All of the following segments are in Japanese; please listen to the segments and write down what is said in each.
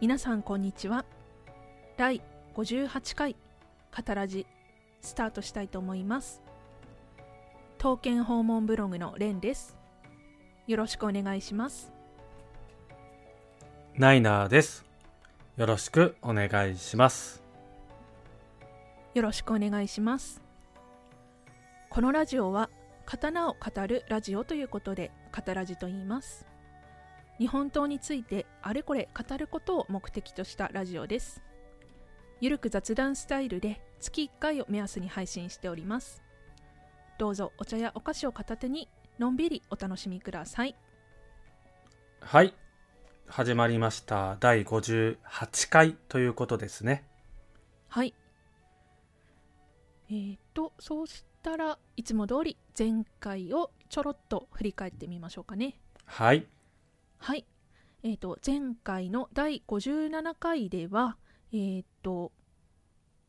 皆さんこんにちは第58回カタラジスタートしたいと思います刀剣訪問ブログのレンですよろしくお願いしますナイナーです。よろしくお願いします。よろしくお願いしますこのラジオは刀を語るラジオということでカタラジと言います日本刀についてあれこれ語ることを目的としたラジオですゆるく雑談スタイルで月1回を目安に配信しておりますどうぞお茶やお菓子を片手にのんびりお楽しみくださいはい。始まりました。第58回ということですね。はいえー、とそうしたらいつも通り前回をちょろっと振り返ってみましょうかねはい。はい、えー、と前回の第57回ではえー、と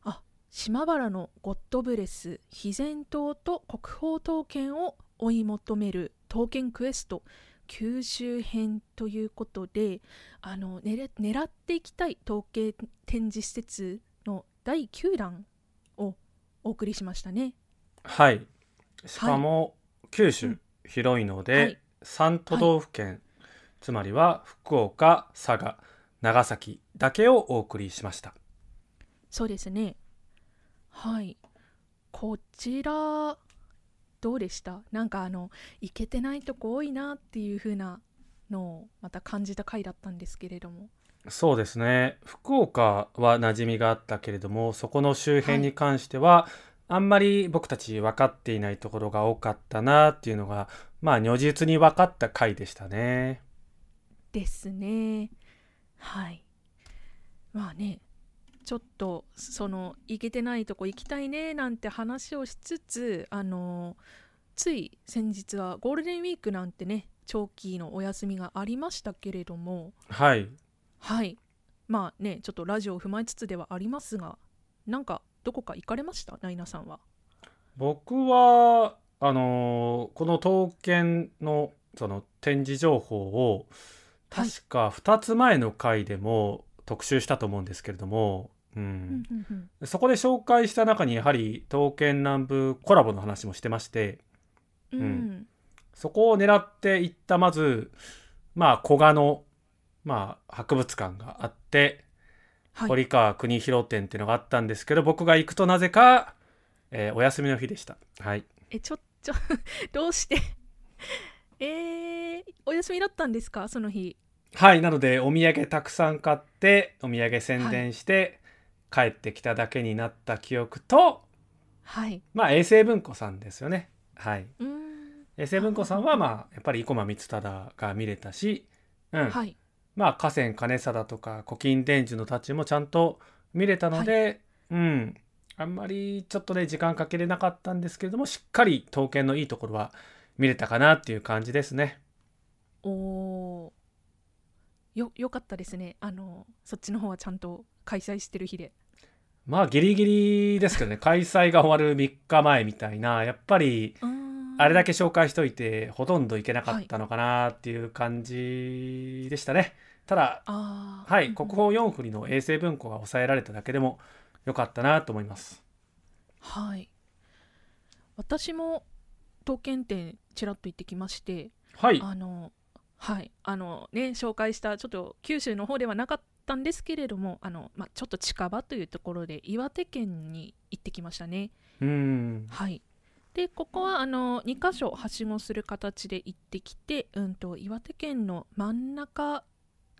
あ島原のゴッドブレス肥前刀と国宝刀剣を追い求める刀剣クエスト九州編ということであの狙狙っていきたい刀剣展示施設の第9弾をお送りしましたね。はい。しかも、九う州ん広いのはいで、三都道府県、つまりは福岡、佐賀、長崎だけをお送りしました。そうですね。はい。こちら、どうでしたなんかあの、行けてないとこ多いなっていう風なのをまた感じた回だったんですけれども。そうですね福岡は馴染みがあったけれどもそこの周辺に関しては、あんまり僕たち分かっていないところが多かったなっていうのがまあ如実に分かった回でしたねですね。はい。まあね、ちょっと、その、行けてないとこ行きたいねなんて話をしつつ、あの、つい先日はゴールデンウィークなんてね、長期のお休みがありましたけれども、はいはいまあねちょっとラジオを踏まえつつではありますがなんかどこか行かれましたナイナさんは僕はあのーこの刀剣のその展示情報をはい確か2つ前の回でも特集したと思うんですけれども、うん、そこで紹介した中にやはり刀剣乱舞コラボの話もしてましてうんうんそこを狙っていったまずまあ古賀の、まあ、博物館があって、はい堀川国広展っていうのがあったんですけど僕が行くとなぜか、えーお休みの日でしたはいえちょちょ どうして えー、お休みだったんですかその日はいなのでお土産たくさん買ってお土産宣伝して、帰ってきただけになった記憶とはいまあ衛星文庫さんですよねはいうん衛星文庫さんはまあやっぱり生駒光忠が見れたしうん、はいまあ河川兼貞とか古今伝授のたちもちゃんと見れたので、うんあんまりちょっとね時間かけれなかったんですけれどもしっかり刀剣のいいところは見れたかなっていう感じですねおーよよかったですねあのそっちの方はちゃんと開催してる日でまあギリギリです けどね開催が終わる3日前みたいなやっぱりあれだけ紹介しといてほとんど行けなかったのかなっていう感じでしたね、ただあーはうんういん国宝4振りの衛星文庫が抑えられただけでも良かったなと思いますはい私も刀剣店ちらっと行ってきましてはいあのはいあのね紹介したちょっと九州の方ではなかったんですけれどもあの、まあ、ちょっと近場というところで岩手県に行ってきましたねうんはいでここはあの2箇所はしごする形で行ってきて、うん、と岩手県の真ん中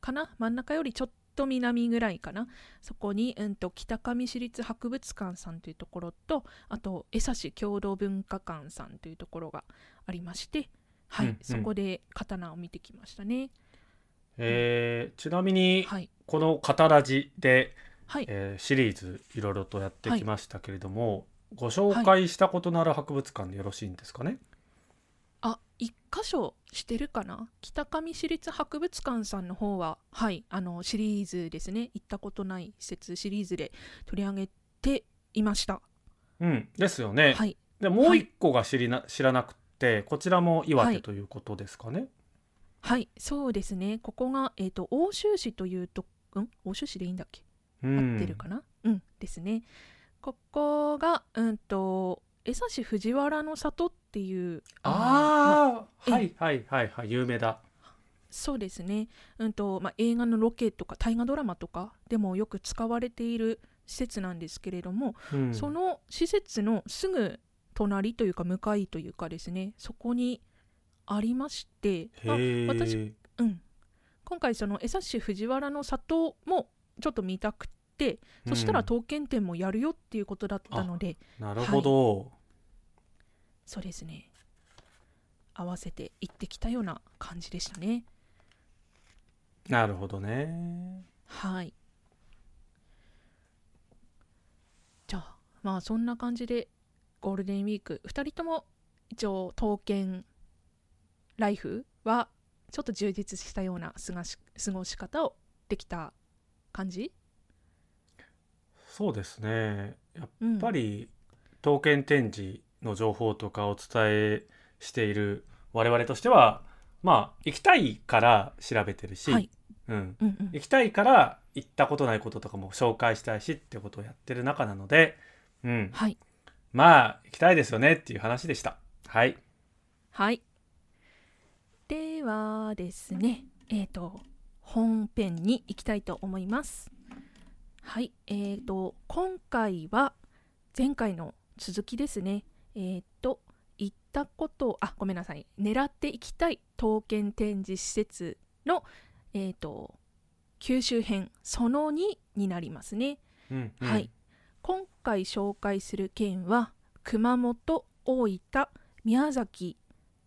かな真ん中よりちょっと南ぐらいかなそこに、うん、と北上市立博物館さんというところとあと江差共同文化館さんというところがありまして、はいうんうんそこで刀を見てきましたね。えーちなみにはい、この「カタラジで」はいえーシリーズいろいろとやってきましたけれども、ご紹介したことのある博物館でよろしいんですかね、あ一箇所してるかな北上市立博物館さんの方ははいあのシリーズですね行ったことない施設シリーズで取り上げていましたうんですよね、はいでもう一個が知りな知らなくてこちらも岩は手いということですかねはいそうですねここが、えー、と奥州市というとうん奥州市でいいんだっけうん合ってるかな、うんですねここが、うん、と江差藤原の里っていうのまああ、まあはいはいはいはい有名だそうですね、うんとまあ、映画のロケとか大河ドラマとかでもよく使われている施設なんですけれども、うんその施設のすぐ隣というか向かいというかですねそこにありまして、まあへえ私うん、今回その江差藤原の里もちょっと見たくてそしたらうん刀剣展もやるよっていうことだったので、なるほど、そうですね合わせて行ってきたような感じでしたねなるほどねはいじゃあまあそんな感じでゴールデンウィーク2人とも一応刀剣ライフはちょっと充実したような過ごし過ごし方をできた感じそうですねやっうんぱり刀剣展示の情報とかお伝えしている我々としてはまあ行きたいから調べてるし、はいうん、うんうん行きたいから行ったことないこととかも紹介したいしってことをやってる中なので、うん、はいまあ行きたいですよねっていう話でしたはいはい。ではですね、えっ、と、本編に行きたいと思います。はい、えっ、と、今回は前回の続きですね。えっ、と、行ったこと、あ、ごめんなさい、狙っていきたい刀剣展示施設の、えっ、と、九州編その2になりますね。うんうんはい、今回紹介する県は熊本大分宮崎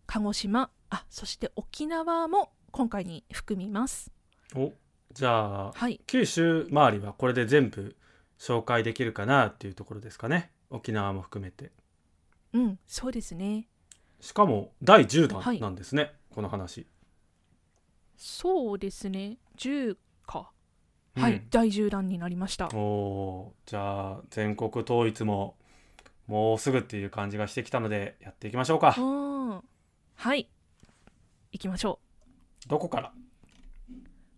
鹿児島あそして沖縄も今回に含みますおじゃあはい九州周りはこれで全部紹介できるかなっていうところですかね沖縄も含めてうんそうですねしかも第10は弾いなんですね、この話そうですね10かはい、第10弾になりましたうん、おーじゃあ全国統一ももうすぐっていう感じがしてきたのでやっていきましょうかうんはい行きましょうどこから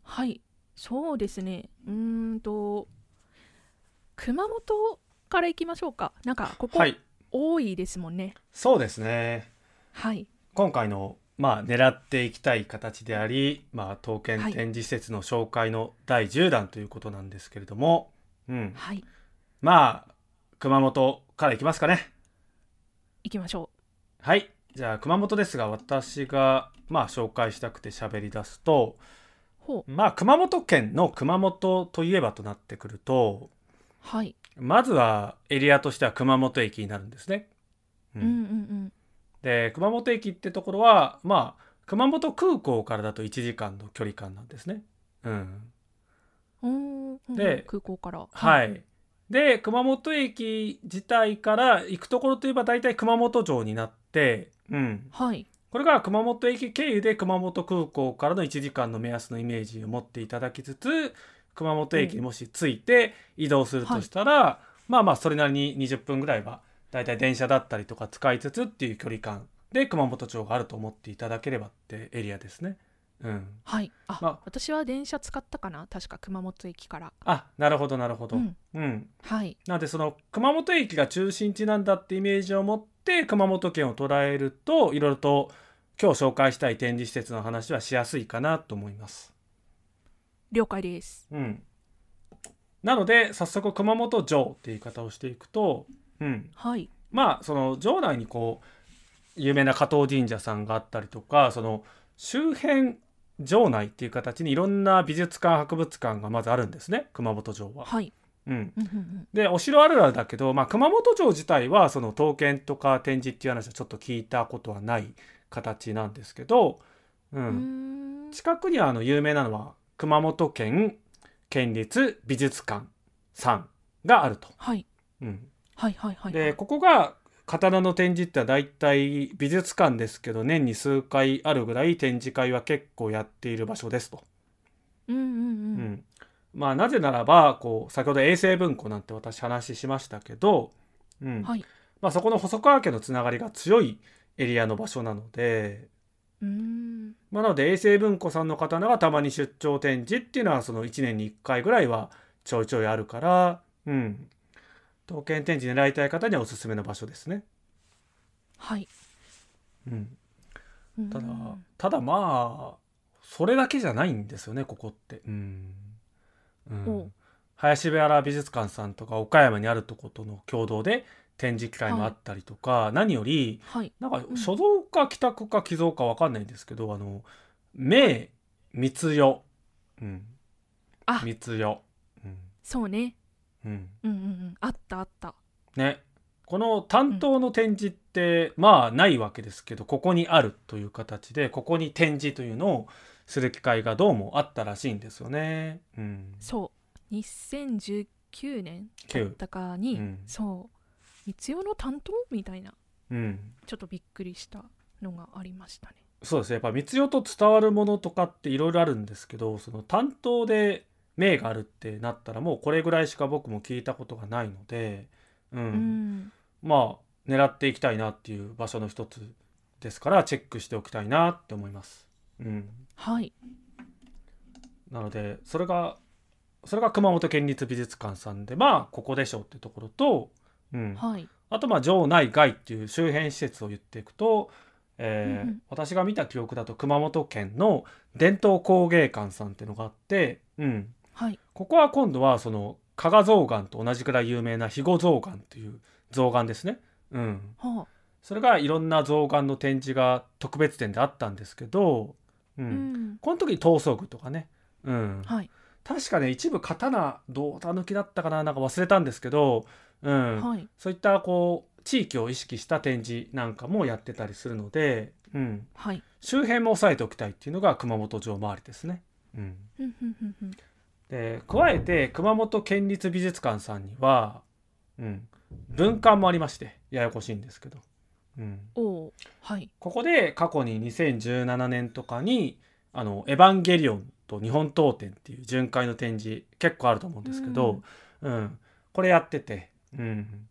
はい、そうですね。うーんと、熊本から行きましょうか。なんか、ここはい多いですもんね。そうですねはい、今回のまあ狙っていきたい形であり、まあ、刀剣はい展示施設の紹介の第10弾ということなんですけれども、うん、はい、まあ熊本からいきますかね行きましょはい。じゃあ、熊本ですが、私が、まあ、紹介したくて喋り出すと、う。ほう、まあ、熊本県の熊本といえばとなってくると、はい、まずは、エリアとしては熊本駅になるんですね。ううんうんうん。で、熊本駅ってところは、まあ、熊本空港からだと1時間の距離感なんですね。うん。おーうんうんで空港から。。はいい。で、熊本駅自体から行くところといえば大体熊本城になって、うん。はい、これが熊本駅経由で熊本空港からの1時間の目安のイメージを持っていただきつつ熊本駅にもし着いて移動するとしたら、まあまあそれなりに20分ぐらいはだいたい電車だったりとか使いつつっていう距離感で熊本町があると思っていただければってエリアですね。うん、はい。あ、まあ私は電車使ったかな確か熊本駅から。あなるほどなるほど。うん、うん、はい、なのでその熊本駅が中心地なんだってイメージを持って熊本県を捉えるといろいろと今日紹介したい展示施設の話はしやすいかなと思います。了解です。うん、なので早速熊本城っていう言い方をしていくと、うん、はい、まあその城内にこう有名な加藤神社さんがあったりとかその周辺城内っていう形にいろんな美術館博物館がまずあるんですね熊本城は。はい。うん、うんうんうんでお城あるあるだけど、まあ、熊本城自体はその刀剣とか展示っていう話はちょっと聞いたことはない形なんですけど、ううんーん。近くにはあの有名なのは熊本県県立美術館さんがあると。はい、うん、はい、はい、はい。でここが刀の展示ってのは大体美術館ですけど年に数回あるぐらい展示会は結構やっている場所ですと。うんうんううん。んまあ、なぜならばこう先ほど衛星文庫なんて私話しましたけど、うんはい、まあ、そこの細川家のつながりが強いエリアの場所なので、うーんまあ、なので衛星文庫さんの刀がたまに出張展示っていうのはその1年に1回ぐらいはちょいちょいあるから、うん、刀剣展示狙いたい方にはおすすめの場所ですね。はいうん、うーんただただまあそれだけじゃないんですよねここって。うんうおんう、林部原美術館さんとか岡山にあるとことの共同で展示機会もあったりとか、何よりはいなんかうん書道か帰宅か寄贈かわかんないんですけど、あの名密代、うん、あ密代、うんそうねうん、うんうんうんあったあったねこの担当の展示って、まあないわけですけどここにあるという形でここに展示というのをする機会がどうもあったらしいんですよね。うん、そう2019年だ九ったかに、うんそう三代の担当みたいなうんちょっとびっくりしたのがありましたねそうですねやっぱ密代と伝わるものとかっていろいろあるんですけどその担当で名があるってなったらもうこれぐらいしか僕も聞いたことがないので、うんうんまあ狙っていきたいなっていう場所の一つですからチェックしておきたいなって思います。うん、はいなのでそれがそれが熊本県立美術館さんでまあここでしょうってところと、うん、はいあとまあ城内外っていう周辺施設を言っていくと、えーうんうん私が見た記憶だと熊本県の伝統工芸館さんっていうのがあって、うん、はいここは今度はその加賀象眼と同じくらい有名な肥後象眼という象眼ですね。うん、はあそれがいろんな象眼の展示が特別展であったんですけど、うんうんこの時に闘争具とかね、うん、はい確かね一部刀胴た抜きだったかななんか忘れたんですけど、うんはいそういったこう地域を意識した展示なんかもやってたりするので、うん、はい周辺も押さえておきたいっていうのが熊本城周りですね。うん、うんうんうんうんで加えて熊本県立美術館さんには、うん、文館もありましてややこしいんですけど。うんおうはいここで過去に2017年とかに「あのエヴァンゲリオン」と「日本刀展」っていう巡回の展示結構あると思うんですけど、うんこれやってて、うん、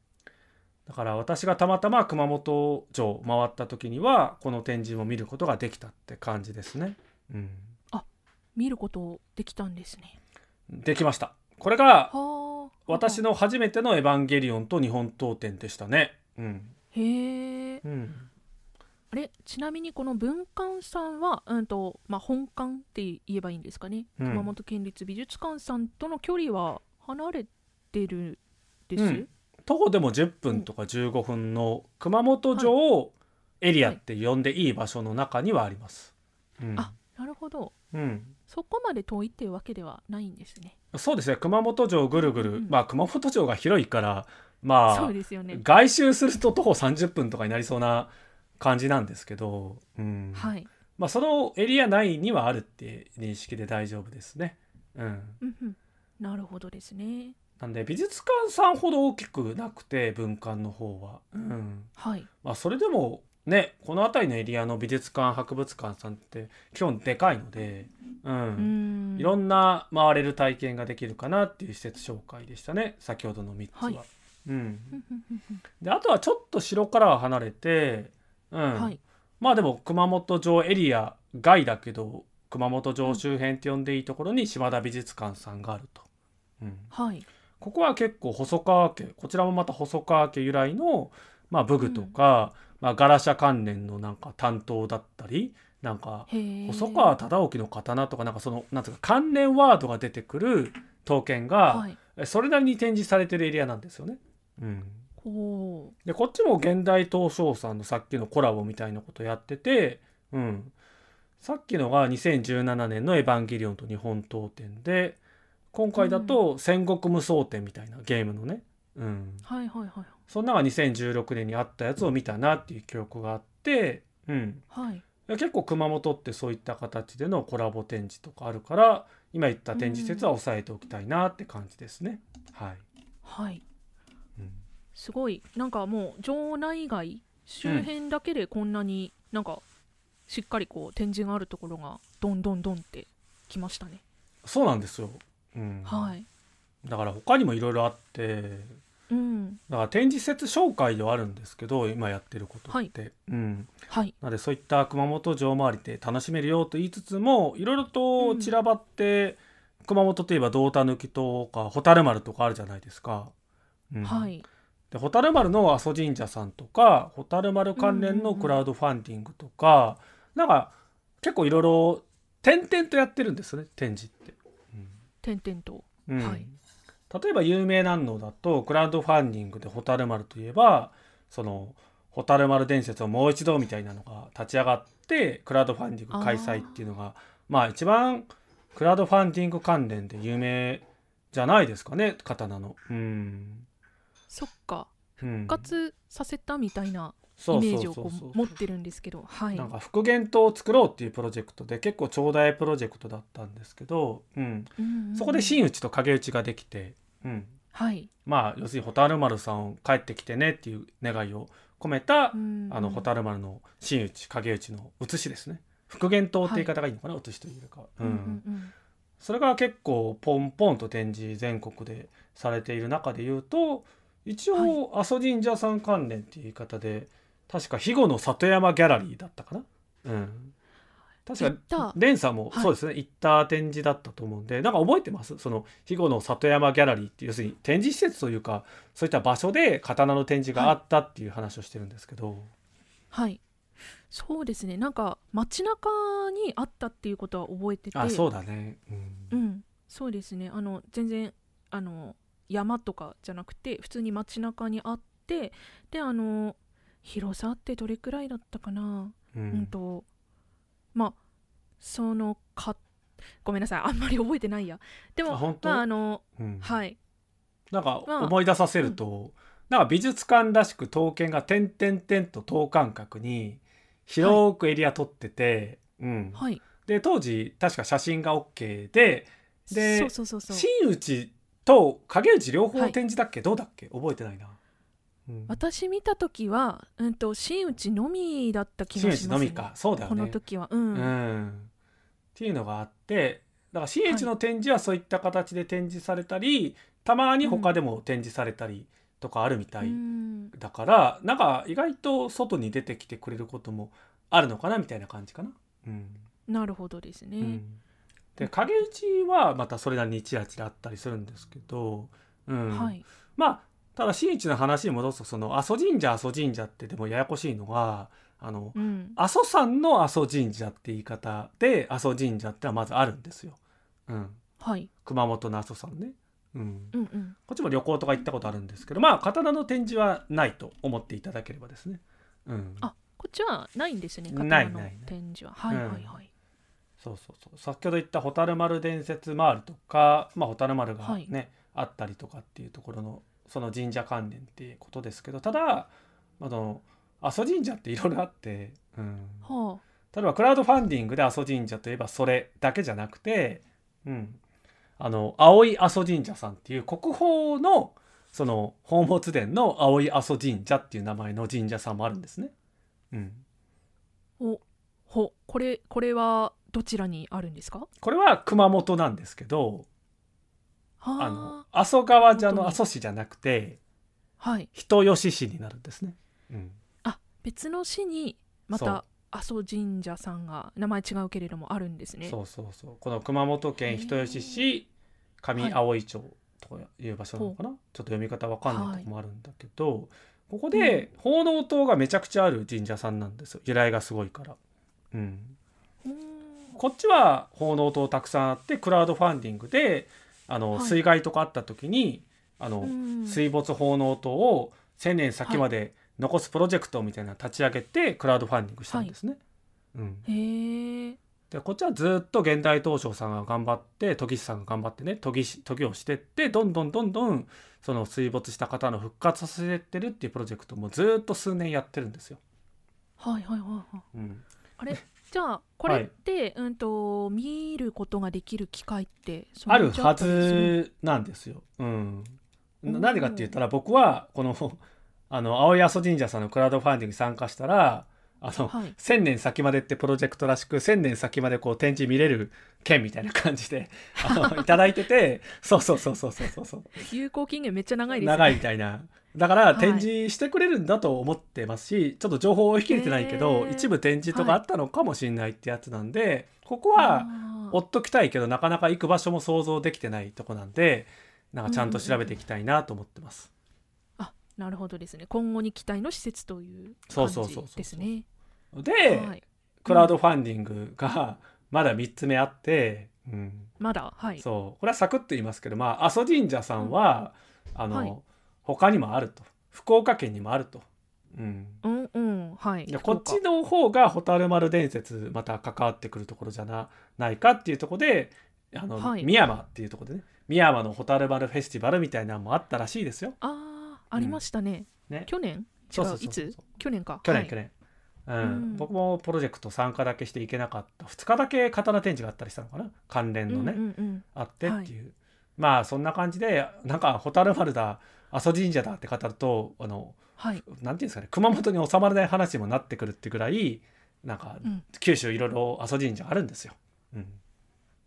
だから私がたまたま熊本城を回った時にはこの展示も見ることができたって感じですね。うん、見ることできたんですねできました。これはがあ私の初めての「エヴァンゲリオン」と「日本刀展」でしたね。うんへえうん、あれちなみにこの文館さんは、うんとまあ、本館って言えばいいんですかね、うん熊本県立美術館さんとの距離は離れてるです、うん徒歩でも10分とか15分の熊本城をエリアって呼んでいい場所の中にはあります。うんあなるほどうんそこまで遠いっていうわけではないんですねそうですね熊本城ぐるぐる、うんまあ熊本城が広いからまそあう、ですよね外周すると徒歩30分とかになりそうな感じなんですけど、うんはい、まあ、そのエリア内にはあるって認識で大丈夫ですね。うん、うんうん、なるほどですねなんで美術館さんほど大きくなくて文館の方は。うんはいまあ、それでもねこの辺りのエリアの美術館博物館さんって基本でかいので、ううんんいろんな回れる体験ができるかなっていう施設紹介でしたね先ほどの3つは。、はいううんんうんうんであとはちょっと城からは離れて、うんうんはいまあでも熊本城エリア外だけど熊本城周辺って呼んでいいところに島田美術館さんがあると。うんはいここは結構細川家こちらもまた細川家由来の、まあ、武具とか、まあ、ガラシャ関連のなんか担当だったりなんかへえ細川忠興の刀とかなんかそのなんつうか関連ワードが出てくる刀剣がはいえそれなりに展示されてるエリアなんですよね。うん、こでこっちも現代東証さんのさっきのコラボみたいなことやってて、うん、さっきのが2017年の「エヴァンゲリオン」と日本刀展で今回だと「戦国無双展」みたいなゲームのね、うん、うはいはいはいそんなのが2016年にあったやつを見たなっていう記憶があって、うん、はいいや結構熊本ってそういった形でのコラボ展示とかあるから今言った展示施設は押さえておきたいなって感じですね。はい、はいうんすごいなんかもう城内外周辺だけでこんなになんかしっかりこう展示があるところがどんどんどんってきましたね、そうなんですよ、うんはいだから他にもいろいろあってうんうんだから展示施設紹介ではあるんですけど今やってることって、うん、はいなのでそういった熊本城周りで楽しめるよと言いつつもいろいろうとん散らばって、熊本といえば道田抜きとか蛍丸とかあるじゃないですか。うんはいで蛍丸の阿蘇神社さんとか蛍丸関連のクラウドファンディングとか、なんか結構いろいろ点々とやってるんですね展示って。点々とうんはい例えば有名なのだとクラウドファンディングで蛍丸といえばその蛍丸伝説をもう一度みたいなのが立ち上がってクラウドファンディング開催っていうのがまあ一番クラウドファンディング関連で有名じゃないですかね刀の。うんそっかうん復活させたみたいなイそうメーそうジそをうそこうう持ってるんですけどはいなんか復元塔を作ろうっていうプロジェクトで結構長大プロジェクトだったんですけど、うん、うんうんそこで真打ちと影打ちができて、うん、はいまあ要するに蛍丸さん帰ってきてねっていう願いを込めた、あの蛍蛍丸の真打ち影打ちの写しですね復元塔って言い方がいいのかな、写しというよりかは、うんそれが結構ポンポンと展示全国でされている中で言うと一応阿蘇神社さん関連っていう言い方で、確か肥後の里山ギャラリーだったかな。うん行っ確たかレンさんもはいそうですね、行った展示だったと思うんでなんか覚えてますその肥後の里山ギャラリーって要するに展示施設というかそういった場所で刀の展示があったっていう話をしてるんですけど、はいそうですねなんか街中にあったっていうことは覚えててあそうだね、うんうん、そうですねあの全然あの山とかじゃなくて普通に街中にあってであの広さってどれくらいだったかなううん、とまあそのかごめんなさいあんまり覚えてないやであも本当まああのうんはいなんかまあ思い出させると、なんか美術館らしく刀剣が点々点と等間隔に広くエリア取ってて、うんはいで当時確か写真が OK ででそうそうそうそう真打ちと影打ち両方はい展示だっけ、どうだっけ覚えてないな。うん私見た時は、うん、と真打ちのみだった気真が打しちまのす、ね、みかそうだよこのね。時はうん、うんっていうのがあってだから真打ちの展示はそういった形で展示されたり、たまに他でも展示されたりとかあるみたいうんだからなんか意外と外に出てきてくれることもあるのかなみたいな感じかな。うんなるほどですね、うんで影打ちはまたそれなりにちらちらあったりするんですけど、うんはいまあただ真一の話に戻すとその阿蘇神社阿蘇神社ってでもややこしいのがあのうん阿蘇山の阿蘇神社って言い方で阿蘇神社ってのはまずあるんですよ。うん、はい熊本の阿蘇山ね。うん、うんうんこっちも旅行とか行ったことあるんですけどまあ刀の展示はないと思っていただければですね。うん、あこっちはないんですねな刀いのないない展示ははいうんはいはい、そうそうそう先ほど言った蛍丸伝説回るとか、まあ、蛍丸がはいね、あったりとかっていうところのその神社関連っていうことですけどただあの阿蘇神社っていろいろあって、うん、は例えばクラウドファンディングで阿蘇神社といえばそれだけじゃなくて、うん、あの青い阿蘇神社さんっていう国宝のその宝物殿の青い阿蘇神社っていう名前の神社さんもあるんですね。うんあおほこれこれはどちらにあるんですかこれは熊本なんですけど、あのは阿蘇川じゃ本当のに阿蘇市じゃなくてあはい人吉市になるんですね。うんあ別の市にまそうた阿蘇神社さんが名前違うけれどもあるんですねそうそうそうこの熊本へ県ー人吉市上葵町という場所なのかな、ちょっと読み方わかんないとこもあるんだけど、ここで奉納塔がめちゃくちゃある神社さんなんですよ由来がすごいから。うん、うーんこっちは奉納塔たくさんあってクラウドファンディングであの、はい水害とかあった時にあの、うん水没奉納塔を1,000年先まで残すプロジェクトみたいなの立ち上げてクラウドファンディングしたんですね。うん、へえでこっちはずっと現代東照さんが頑張って研ぎ師さんが頑張ってね研ぎし研ぎをしてってどんどんどんどんその水没した方の復活させてるっていうプロジェクトもずっと数年やってるんですよ。はいはいはいはいうん、あれじゃあこれって、うんと見ることができる機会ってそんあなるにじゃあはったりするずなんですよ。うん、なおーなんでかって言ったら僕はこのあの青い阿蘇神社さんのクラウドファンディングに参加したらあの、はい1000年先までってプロジェクトらしく1000年先までこう展示見れる券みたいな感じであのいただいててそうそうそうそうそうそうそう有効期限めっちゃ長いですね長いみたいなだから展示してくれるんだと思ってますし、ちょっと情報を追い切れてないけど、へー一部展示とかあったのかもしれないってやつなんで、ここあはー追っときたいけどなかなか行く場所も想像できてないとこなんでなんかちゃんと調べていきたいなと思ってます。あなるほどですね今後に期待の施設という感そうじそうそうそうですねで、はい、クラウドファンディングがまだ3つ目あって、うん、まだはいそうこれはサクッと言いますけど、まあ、阿蘇神社さんは、あの、はい他にもあると福岡県にもあると、うん、うんうんはいで福こ岡っちの方が蛍丸伝説また関わってくるところじゃなないかっていうところであの、はい深山っていうところでね深山の蛍丸フェスティバルみたいなのもあったらしいですよ。あーありましたね、ね去年違うそうそうそうそうつ去年か去年、はい去年、ううんん僕もプロジェクト参加だけしていけなかった2日だけ刀展示があったりしたのかな関連のね、うんうんうんあってっていう、まあそんな感じでなんか蛍丸だ阿蘇神社だって語るとあのはい、なんていうんですかね熊本に収まらない話にもなってくるってぐらいなんかうん、九州いろいろ阿蘇神社あるんですよ。うん、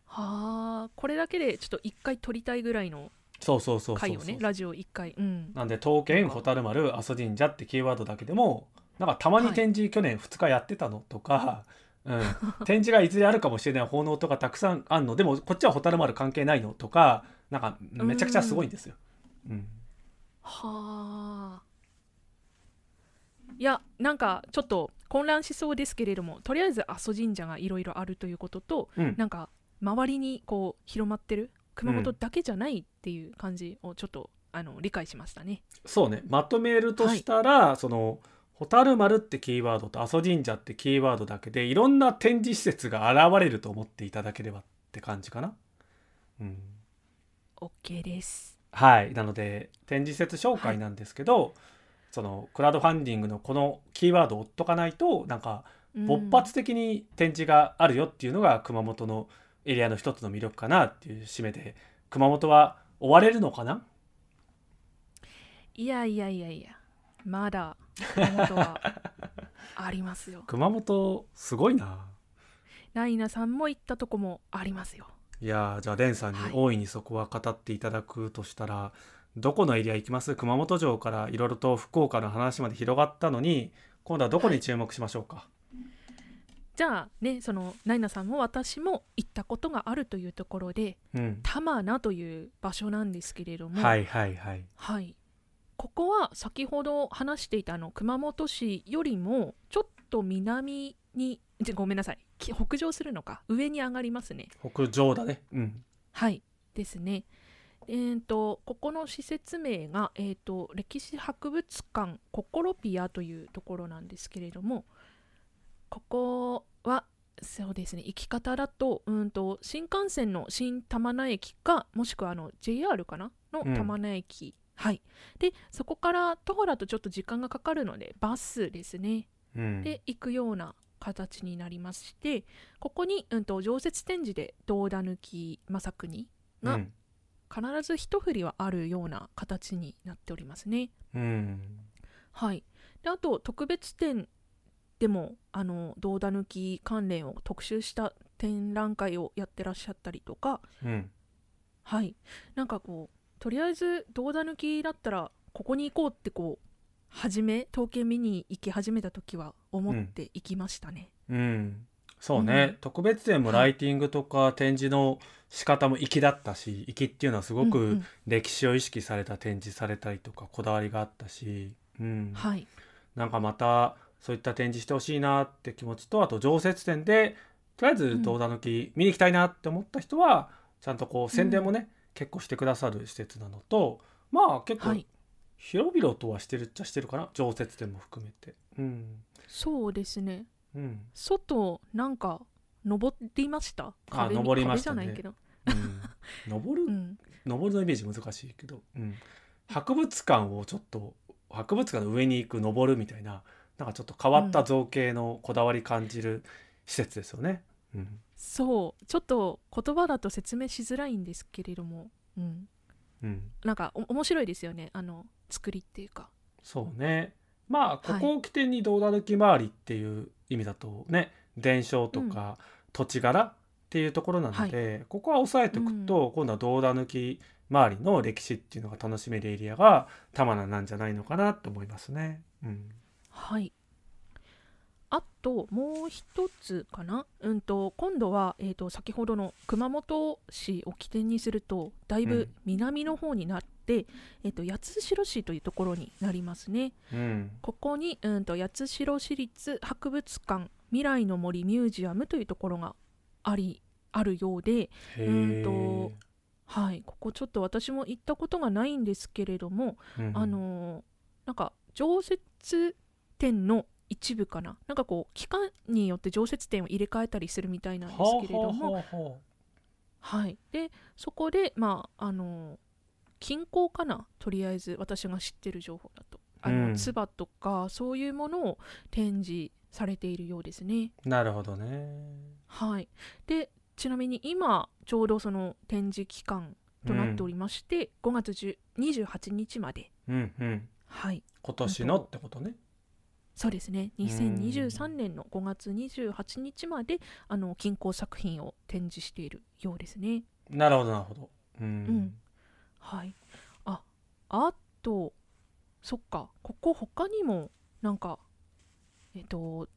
はあこれだけでちょっと一回撮りたいぐらいのそうそうそうそう回そをうねラジオ一回うんなんで刀剣蛍丸阿蘇神社ってキーワードだけでもなんかたまに展示、去年2日やってたのと か、うん、展示がいずれあるかもしれない奉納とかたくさんあんのでもこっちは蛍丸関係ないのとかなんかめちゃくちゃすごいんですよ。うんはあいやなんかちょっと混乱しそうですけれどもとりあえず阿蘇神社がいろいろあるということとうんなんか周りにこう広まってる熊本だけじゃないっていう感じをちょっと、あの理解しましたね。そうねまとめるとしたら、その「蛍丸」ってキーワードと「阿蘇神社」ってキーワードだけでいろんな展示施設が現れると思っていただければって感じかな。うん、 OK です。はいなので展示施設紹介なんですけど、そのクラウドファンディングのこのキーワードを追っとかないとなんかうん勃発的に展示があるよっていうのが熊本のエリアの一つの魅力かなっていう締めで熊本は追われるのかないやいやいやいやまだ熊本はありますよ。熊本すごいな。ナイナさんも行ったとこもありますよ。いやーじゃあレンさんにはい大いにそこは語っていただくとしたら、どこのエリア行きます熊本城からいろいろと福岡の話まで広がったのに今度はどこに注目しましょうか、じゃあねそのナイナさんも私も行ったことがあるというところでうん、玉名という場所なんですけれども、はいはいはいはい、ここは先ほど話していたあの熊本市よりもちょっと南にじゃごめんなさいき北上するのか上に上がりますね北上だねうんはいですねえー、とここの施設名が、えー、と歴史博物館ココロピアというところなんですけれどもここはそうですね行き方だとうんと新幹線の新玉名駅かもしくはあの JR かなのうん玉名駅、はいでそこから徒歩だとちょっと時間がかかるのでバスですねうんで行くような形になりましてここに、うん、と常設展示で銅田抜き正国がうん必ず一振りはあるような形になっておりますね。うんはい、であと特別展でもあの銅田抜き関連を特集した展覧会をやってらっしゃったりとか、うんはい、なんかこうとりあえず銅田抜きだったらここに行こうってこう初め統計見に行き始めた時は思って行きましたね。うんそうね、うん特別展もライティングとか展示の仕方も粋だったし粋っていうのはすうごんうくん歴史を意識された展示されたりとかこだわりがあったし、うん、はい、なんかまたそういった展示してほしいなって気持ちとあと常設展でとりあえず動画の木見に行きたいなって思った人はちゃんとこう宣伝もね、結構してくださる施設なのとまあ結は構い、広々とはしてるっちゃしてるかな常設展も含めて。うんそうですねうん外なんか登りましたあ壁に登りましたね壁じゃないけど、うん、登る、うん、登るのイメージ難しいけど、うん、博物館をちょっと博物館の上に行く登るみたいななんかちょっと変わった造形のこだわり感じる施設ですよね。うんそうちょっと言葉だと説明しづらいんですけれども、うん、うんなんかお面白いですよねあの作りっていうかそうね。まあここを起点に道歩き回りっていう意味だとね伝承とか土地柄っていうところなので、ここは押さえておくと、今度は道歩き回りの歴史っていうのが楽しめるエリアが玉名なんじゃないのかなと思いますね。うん、はい。あともう一つかな、うん、と今度は、えー、と先ほどの熊本市を起点にするとだいうぶん南の方になって、えー、と八代市というところになりますね。うんここに、うん、と八代市立博物館未来の森ミュージアムというところがありあるようで、へうんーとはい、ここちょっと私も行ったことがないんですけれども、うんあのーなんか常設店の一部かななんかこう期間によって常設店を入れ替えたりするみたいなんですけれどもはあはあははい、でそこでまああのー近郊かなとりあえず私が知ってる情報だとあうんの唾とかそういうものを展示されているようですね。あなるほどね。はい、でちなみに今ちょうどその展示期間となっておりまして、5月10 28日まで、うんうんはい、今年のってことね。そうですねん2023年の5月28日まであの金工作品を展示しているようですね。なるほどなるほど。ううんはい、ああとそっかここ他にもなんかえっと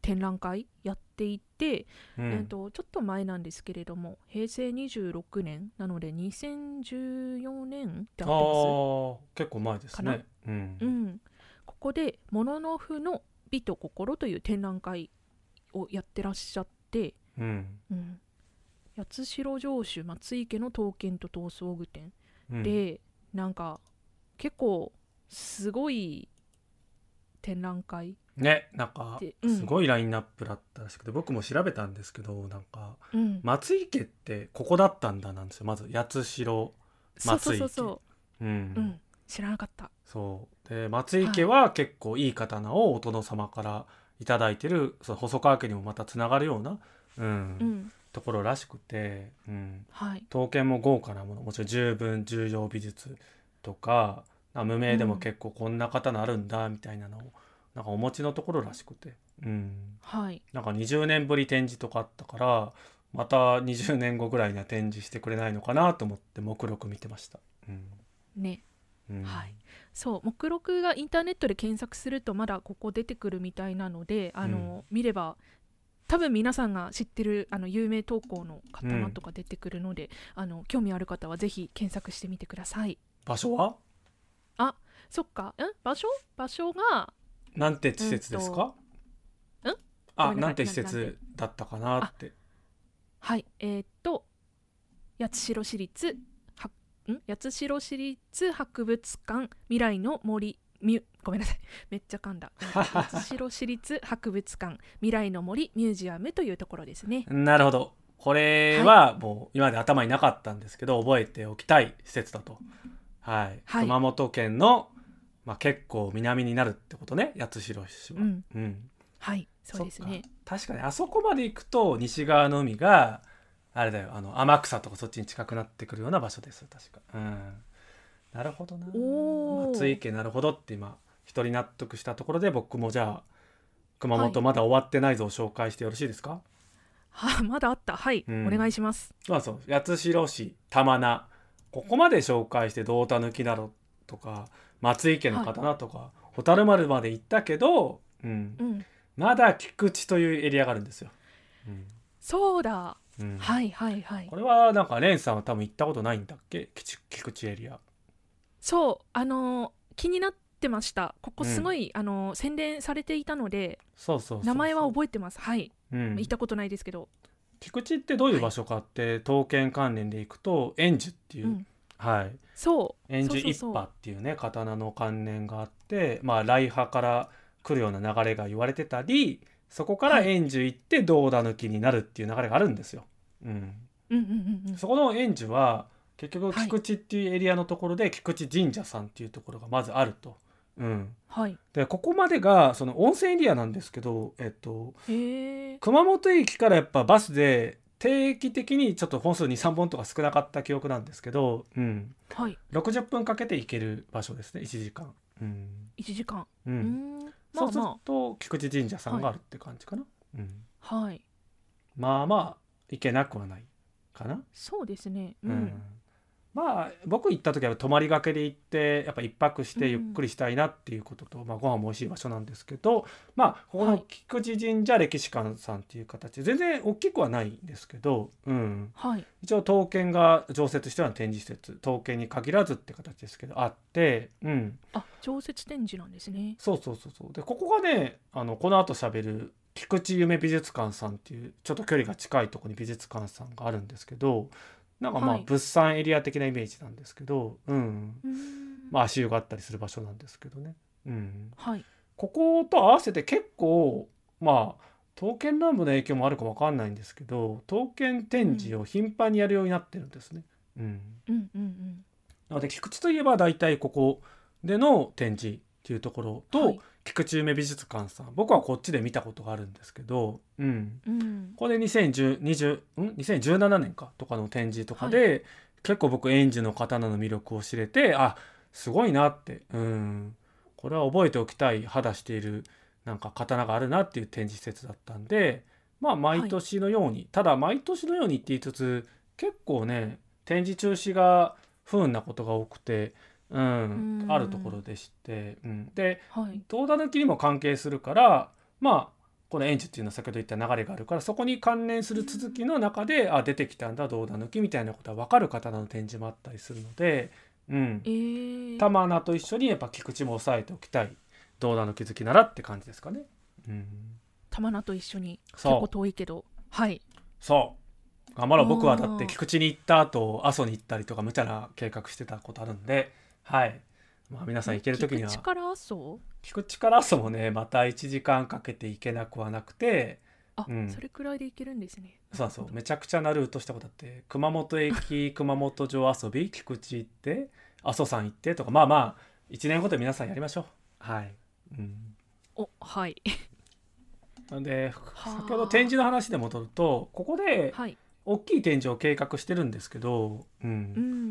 展覧会やっていて、うんえっと、ちょっと前なんですけれども平成26年なので2014年ってあ合ってますー結構前ですね。うんうん、ここで「もののふの美と心」という展覧会をやってらっしゃって、うんうん、八代城主松井家の刀剣と闘争具店うんで、なんか結構すごい展覧会、ねなんかですごいラインナップだったらしくて、僕も調べたんですけどなんかうん松井家ってここだったんだなんですよまず八代。そうそうそう松そうんう、うん、知らなかったそうで松井家は結構いい刀をお殿様からいただいてるその細川家にもまたつながるような、うんうんところらしくて、うん、はい刀剣も豪華なものもちろん十分重要美術とかあ無名でも結構こんな刀あるんだみたいなのを、なんかお持ちのところらしくて、うん、はいなんか20年ぶり展示とかあったからまた20年後ぐらいには展示してくれないのかなと思って目録見てました。うんねうんはい、そう目録がインターネットで検索するとまだここ出てくるみたいなのであの、見れば多分皆さんが知ってるあの有名投稿の刀とか出てくるので、あの興味ある方はぜひ検索してみてください。場所はそっかん場所場所がなんて施設ですか、うんとんごあ、めんなさいなんて施なん設だったかなって。はいえーっと八代市立はん八代市立博物館未来の森ミュごめんなさい めっちゃ噛んだ八代市立博物館未来の森ミュージアムというところですね。なるほど。これはもう今まで頭になかったんですけど、覚えておきたい施設だと。はい。はい熊本県の、まあ、結構南になるってことね、八代市は。うんうんはい、そうですね。そっか確かにあそこまで行くと西側の海があれだよあの天草とかそっちに近くなってくるような場所です確かうんなるほどなおー松井家なるほどって今一人納得したところで僕もじゃあ熊本まだ終わってないぞを紹介してよろしいですか、はあ、まだあった。はい、うんお願いします。まあそう八代市玉名ここまで紹介して胴たぬきだろとか松井家の刀とか、蛍丸まで行ったけど、うん、うん、まだ菊池というエリアがあるんですよ、うんそうだ。うんはいはいはいこ。れはなんかレンさんは多分行ったことないんだっけきち菊池エリアそう、あのー気になってました。ここうんすごい、あのー宣伝されていたので、そうそうそう名前は覚えてます。はい、え、うん行っ、たことないですけど。菊池ってどういう場所かって、刀剣関連で行くと円珠っていう、うんはいそう。円そう珠そう一そう派っていうね刀の関連があってまあ来派から来るような流れが言われてたりそこからはい円珠行って銅だ抜きになるっていう流れがあるんですよ、うん、うんうんうんうん。そこの円珠は結局はい菊池っていうエリアのところで菊池神社さんっていうところがまずあると、うん、はい。でここまでがその温泉エリアなんですけど、えっと、へえ。熊本駅からやっぱバスで定期的にちょっと本数23本とか少なかった記憶なんですけど、うん、はい。 60分かけて行ける場所ですね1時間。うん一時間。ううんーん。まそあうするまと菊池神社さんがあるって感じかな、うん、あはいまあまあ行けなくはないかな、そうですねう、うんんまあ僕行った時は泊まりがけで行ってやっぱ一泊してうんゆっくりしたいなっていうことと、まあ、ご飯も美味しい場所なんですけどまあここはのい菊池神社歴史館さんっていう形で全然大きくはないんですけど、うん、はい一応刀剣が常設しては展示施設刀剣に限らずって形ですけどあって、うん、あ常設展示なんですねそうそうそうそうでここがねあのこの後喋る菊池夢美術館さんっていうちょっと距離が近いところに美術館さんがあるんですけどなんかまあはい物産エリア的なイメージなんですけど、うんうーんまあ、足湯があったりする場所なんですけどね、うん、はいここと合わせて結構まあ刀剣乱舞の影響もあるかわかんないんですけど刀剣展示を頻繁にやるようになってるんですね。うん、うんうんうんなので菊池といえば大体ここでの展示っていうところと、はい菊池梅美術館さん僕はこっちで見たことがあるんですけど、うん、うんこれ2010 20ん2017年かとかの展示とかで、結構僕園児の刀の魅力を知れてあすごいなって、うん、これは覚えておきたい肌しているなんか刀があるなっていう展示施設だったんでまあ毎年のように、ただ毎年のようにって言いつつ結構ね展示中止が不運なことが多くて、うんうんあるところでして、うん、ではい遠田抜きにも関係するからまあこの園児っていうのは先ほど言った流れがあるからそこに関連する続きの中で、あ出てきたんだどうだ抜きみたいなことは分かる方の展示もあったりするので、うんえ、ー、玉穴と一緒にやっぱ菊池も押さえておきたいどうだ抜き好きならって感じですかね。うん、玉名と一緒に結そう構遠いけどはいそう頑張ろう僕はだっあてー菊池に行った後阿蘇に行ったりとか無茶な計画してたことあるんではい、まあ、皆さん行ける時には菊池から阿蘇菊池から阿蘇もねまた1時間かけて行けなくはなくてあ、うんそれくらいで行けるんですねそうそうめちゃくちゃなルートしたことあって熊本 駅熊本城遊び菊池行って阿蘇山行ってとかまあまあ1年ごとに皆さんやりましょうはい、うん、おはいなんであ先ほど展示の話で戻るとここではい大きい展示を計画してるんですけど、うん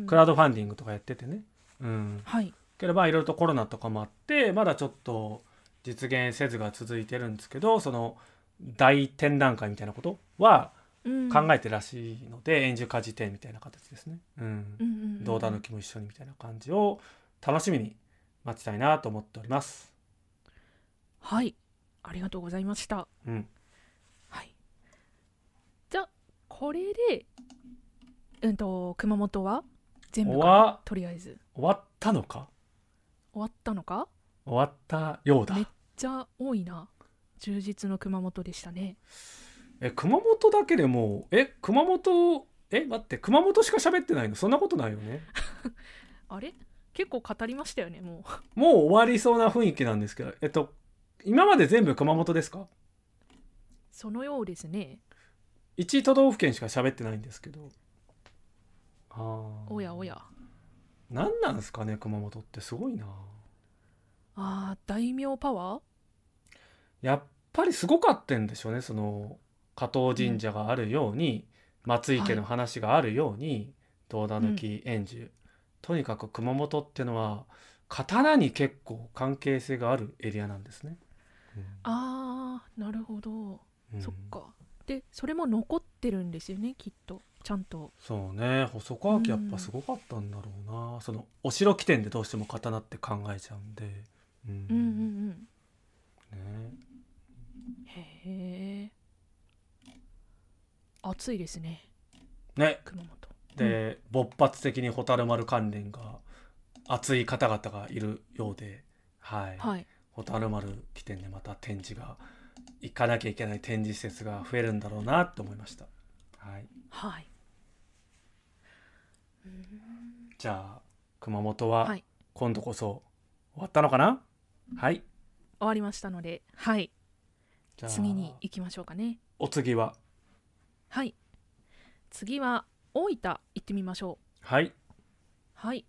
うんクラウドファンディングとかやっててね、うん、はいけどまあいろいろとコロナとかもあってまだちょっと実現せずが続いてるんですけどその大展覧会みたいなことはうん考えてるらしいので、演じ家事展みたいな形ですね。うんうんうんうんどうだぬきも一緒にみたいな感じを楽しみに待ちたいなと思っております。はいありがとうございましたうん、はいじゃあこれでうんと熊本は全部終かわとりあえず終わったのか終わったのか終わったようだめ。じゃあ多いな充実の熊本でしたねえ熊本だけでもうえ熊本え待って熊本しか喋ってないのそんなことないよね。あれ結構語りましたよねもうもう終わりそうな雰囲気なんですけど、えっと、今まで全部熊本ですかそのようですね ?1 都道府県しか喋ってないんですけど。あーおやお。や何なんですかね、熊本ってすごいな。あー大名パワーやっぱりすごかったんでしょうね、その、加藤神社があるように、松井家の話があるように、道田抜き円寿。とにかく熊本ってのは、刀に結構関係性があるエリアなんですね。あーなるほど、うんそっかでそれも残ってるんですよねきっとちゃんとそうね細川家やっぱすごかったんだろうな、そのお城起点でどうしても刀って考えちゃうんで、ううんうんんね、うんへえ暑いですねね熊本で、勃発的に蛍丸関連が熱い方々がいるようで、はいはい蛍丸起点でまた展示が行かなきゃいけない展示施設が増えるんだろうなと思いました、はい、はいじゃあ熊本ははい今度こそ終わったのかなはい終わりましたのではいじゃあ次に行きましょうかねお次ははい次は大分行ってみましょうはいはい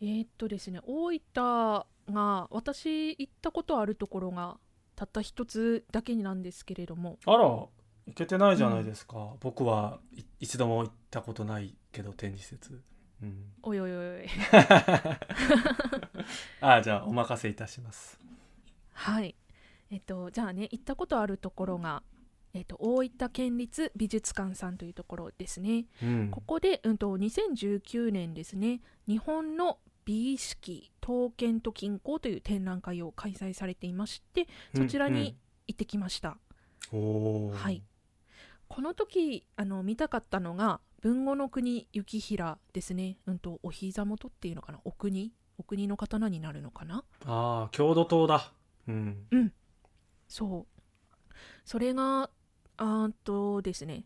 えーっとですね大分が私行ったことあるところがたった一つだけなんですけれどもあら、行けてないじゃないですか。僕はい一度も行ったことないけど、展示施設。うん、おいおいおいお いああ、じゃあ、お任せいたします。はい。えっと、じゃあね行ったことあるところが、えっと、大分県立美術館さんというところですね。うんここで、うん、と2019年ですね日本の美意識刀剣と金工という展覧会を開催されていましてそちらに、行ってきました、うんうんおーはいこの時あの見たかったのが文豪の国幸平ですね、うん、とお膝元っていうのかなお国お国の刀になるのかなああ郷土島だうんそうそれがあーっとですね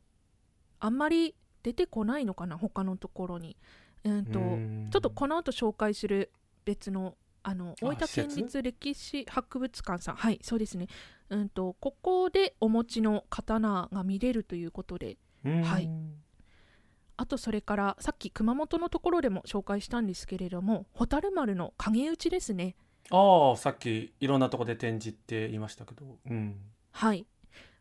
あんまり出てこないのかな他のところにうんと、うんちょっとこの後紹介する別のあのあ大分施県設立歴史博物館さんはいそうですね、うん、とここでお持ちの刀が見れるということでうんはいあとそれからさっき熊本のところでも紹介したんですけれども蛍丸の影打ちですねああさっきいろんなとこで展示って言いましたけどうんはい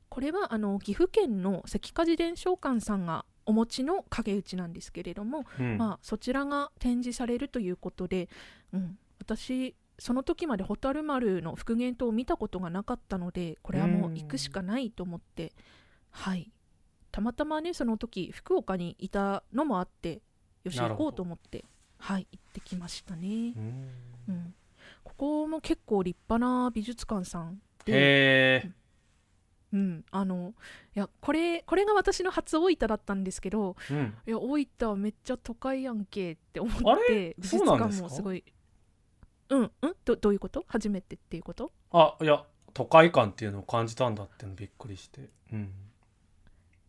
これはあの岐阜県の関梶伝承館さんがお持ちの影打ちなんですけれどもうんまあ、そちらが展示されるということで、うん、私その時まで蛍丸の復元塔を見たことがなかったのでこれはもう行くしかないと思って、はい、たまたまねその時福岡にいたのもあってよしな行るこほうどと思って、はい、行ってきましたねう、んうん、ここも結構立派な美術館さんで、へえうん、あのいやこれこれが私の初大分だったんですけどうんいや大分はめっちゃ都会やんけって思って美術そうなん館ですかもすごいうんうんどどういうこと初めてっていうことあいや都会感っていうのを感じたんだってのびっくりしてうん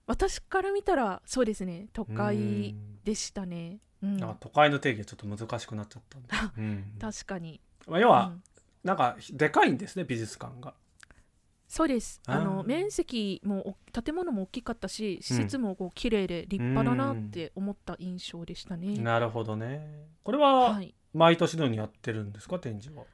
私から見たらそうですね都う会んでしたねうん、あ都会の定義はちょっと難しくなっちゃったんで、うん確かに、まあ、要うはん、なんかでかいんですね美術館がそうですあーあの面積もお建物も大きかったし施設もこう綺麗で立派だなって思った印象でしたね、なるほどねこれははい、毎年のようにやってるんですか展示は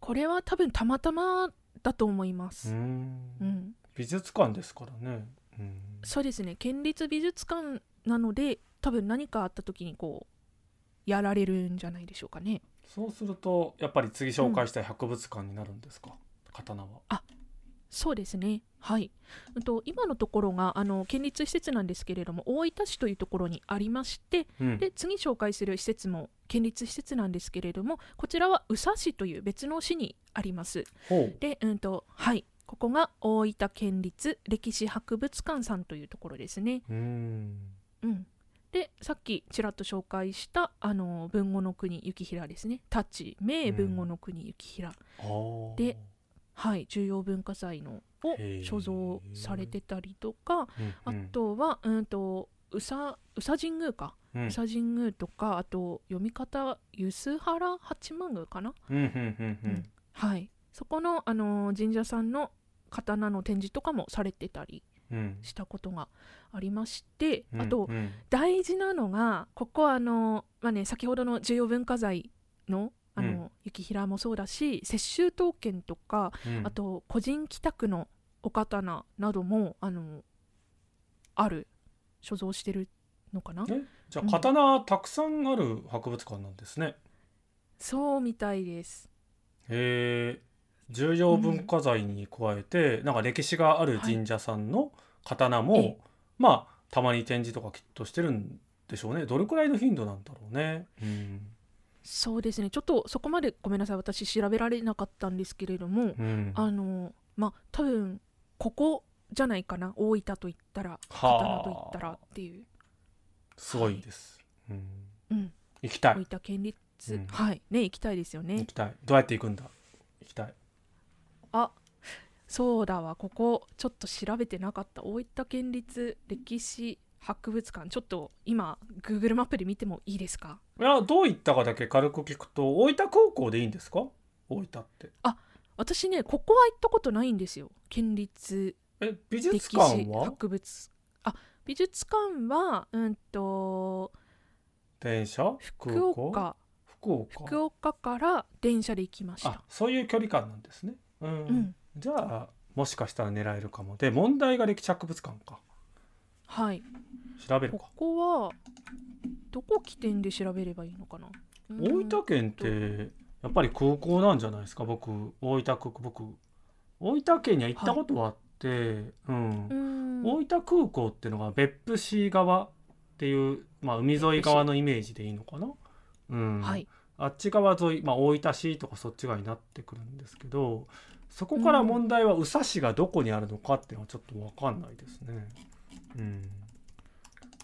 これは多分たまたまだと思いまうす、んうん、美術館ですからねうんそうですね県立美術館なので多分何かあった時にこうやられるんじゃないでしょうかねそうするとやっぱり次紹介したい博物館になるんですか、刀はそうですねはいうんと今のところがあの県立施設なんですけれども大分市というところにありましてうんで次紹介する施設も県立施設なんですけれどもこちらは宇佐市という別の市にありますほうでうんとはいここが大分県立歴史博物館さんというところですねうんうん、でさっきちらっと紹介したあの文語の国幸平ですね「太刀名文語の国幸平」あーではい重要文化財のをへー所蔵されてたりとかうんあとはうんと宇佐宇佐神宮かう宇ん佐神宮とかあと読み方梼原八幡宮かなうんうんうんうんうんはいそこのあの神社さんの刀の展示とかもされてたりうんしたことがありましてうんあとうん大事なのがここあの、まあね、先ほどの重要文化財のあの、うん雪平もそうだし雪舟刀剣とか、うんあと個人帰宅のお刀などもあのある所蔵してるのかなえじゃあ刀たくさんある博物館なんですね、そうみたいですへえ重要文化財に加えて、なんか歴史がある神社さんの刀も、はいええまあたまに展示とかきっとしてるんでしょうねどれくらいの頻度なんだろうね。うんそうですねちょっとそこまでごめんなさい私調べられなかったんですけれども、うん、あのまあ多分ここじゃないかな大分と言ったらはあ刀と言ったらっていう、すごいです。うん、うん、行きたい大分県立、うんはいね行きたいですよね行きたいどうやって行くんだ行きたい。あそうだわここちょっと調べてなかった大分県立歴史博物館ちょっと今 Google マップで見てもいいですかいやどういったかだけ軽く聞くと大分高校でいいんですか大分って。私ねここは行ったことないんですよ県立え美歴術史館は博物あ美術館はうんと電車福空港岡福岡福岡から電車で行きましたあそういう距離感なんですね。うんうんじゃあもしかしたら狙えるかもで問題が歴史博物館かはい調べるこか、こはどこ起点で調べればいいのかな大分県ってやっぱり空港なんじゃないですか僕大分空港僕大分県には行ったことはあって、うんうん大分空港っていうのが別府市側っていう、まあ、海沿い側のイメージでいいのかな、うんはいあっち側沿い、まあ、大分市とかそっち側になってくるんですけどそこから問題は宇佐市がどこにあるのかっていうのはちょっと分かんないですね。うん、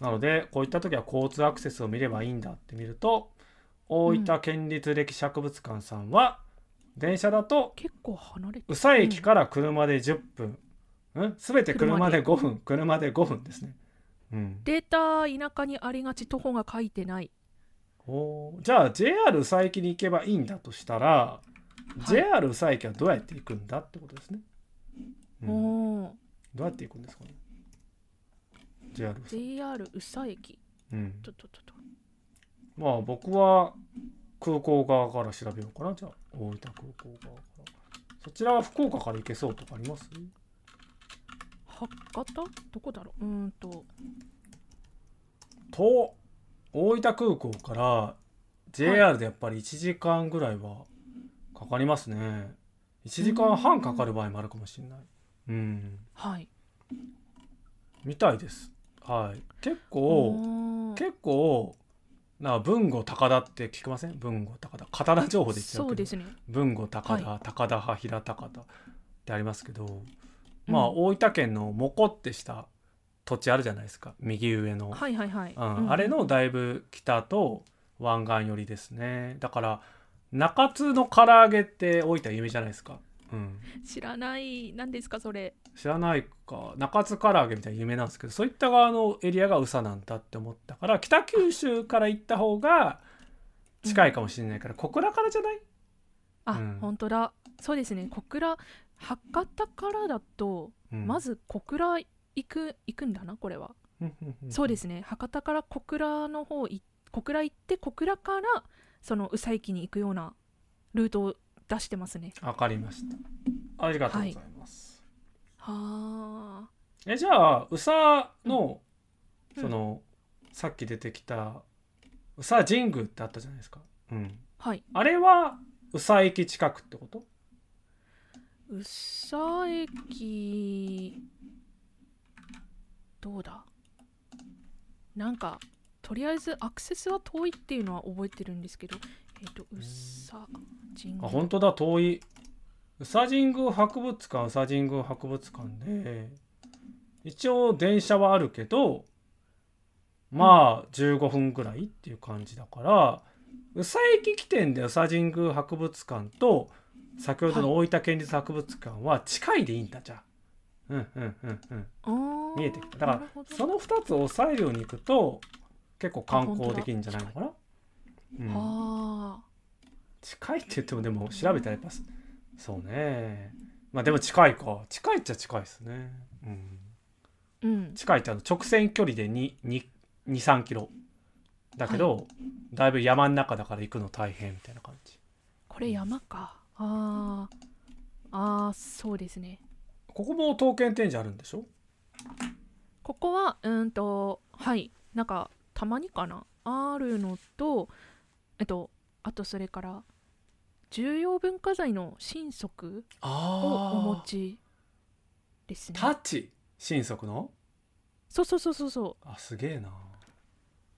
なのでこういった時は交通アクセスを見ればいいんだって見ると大分県立歴史博物館さんは、電車だと結構離れて宇佐駅から車で10分、うん、すべて車で5分、車で5分ですね。うん、データ田舎にありがち徒歩が書いてないおーじゃあ JR 宇佐駅に行けばいいんだとしたら、い JR 宇佐駅はどうやって行くんだってことですね。うんおーどうやって行くんですかね。JR 宇佐 JR 宇佐駅うんちょっとちょっとまあ僕は空港側から調べようかなじゃあ大分空港側から。そちらは福岡から行けそうとかあります博多どこだろううーんとと大分空港から JR でやっぱり1時間ぐらいはかかりますね1時間半かかる場合もあるかもしれないうんはいみたいですはい結構お結構な文後高田って聞きません文後高田刀情報で言っちゃうけどそうですね文後高田、は高田派平高田ってありますけど、まあうん大分県のモコってした土地あるじゃないですか右上のはいはいはい、うんうんあれのだいぶ北と湾岸寄りですねだから中津の唐揚げって大分有名じゃないですか、うん、知らない何ですかそれ知らないか中津唐揚げみたいな有名なんですけどそういった側のエリアが宇佐なんだって思ったから北九州から行った方が近いかもしれないから小倉からじゃないあ、うん本当だそうですね小倉博多からだと、うんまず小倉行く行くんだなこれは、そうですね博多から小倉の方い小倉行って小倉からその宇佐駅に行くようなルートを出してますねわかりましたありがとうございます、はあえじゃあ宇佐うんの、そのさっき出てきた宇佐神宮ってあったじゃないですか、うん、はいあれは宇佐駅近くってこと宇佐駅どうだなんかとりあえずアクセスは遠いっていうのは覚えてるんですけどえっ、と宇佐神宮あ本当だ遠い宇佐神宮博物館宇佐神宮博物館で一応電車はあるけどまあ15分ぐらいっていう感じだから宇佐駅起点で宇佐神宮博物館と先ほどの大分県立博物館は近いでいいんだじゃあ。うんうんうんうんあー見えてきただからなるほどその2つを抑えるようにいくと結構観光できるんじゃないのかな、うん、あ近いって言ってもでも調べたらやっぱそうねまあでも近いか近いっちゃ近いですね、うん、ーうん近いってあの直線距離で23キロだけど、だいぶ山の中だから行くの大変みたいな感じこれ山かあーあーそうですねここも刀剣展示あるんでしょここはうーんとはいなんかたまにかなあるのとえっとあとそれから重要文化財の神足をお持あちですねタッチ神足のそうそうそうそうそあすげえな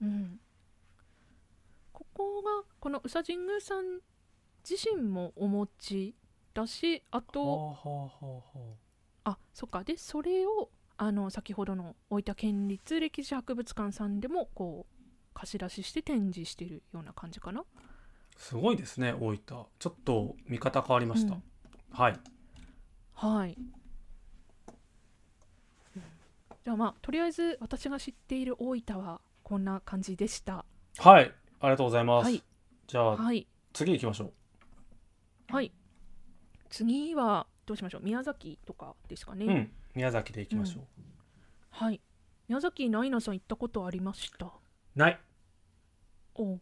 ううんここがこの宇佐神宮さん自身もお持ちだしあとほうほうほうほうあそっかでそれをあの先ほどの大分県立歴史博物館さんでもこう貸し出しして展示してるような感じかなすごいですね大分ちょっと見方変わりました、うんはいはい、うんじゃあまあとりあえず私が知っている大分はこんな感じでしたはいありがとうございます、はいじゃあ、はい次行きましょうはい次はどうしましょう宮崎とかですかね、うん宮崎で行きましょう、はい宮崎ナイナさん行ったことありましたないおう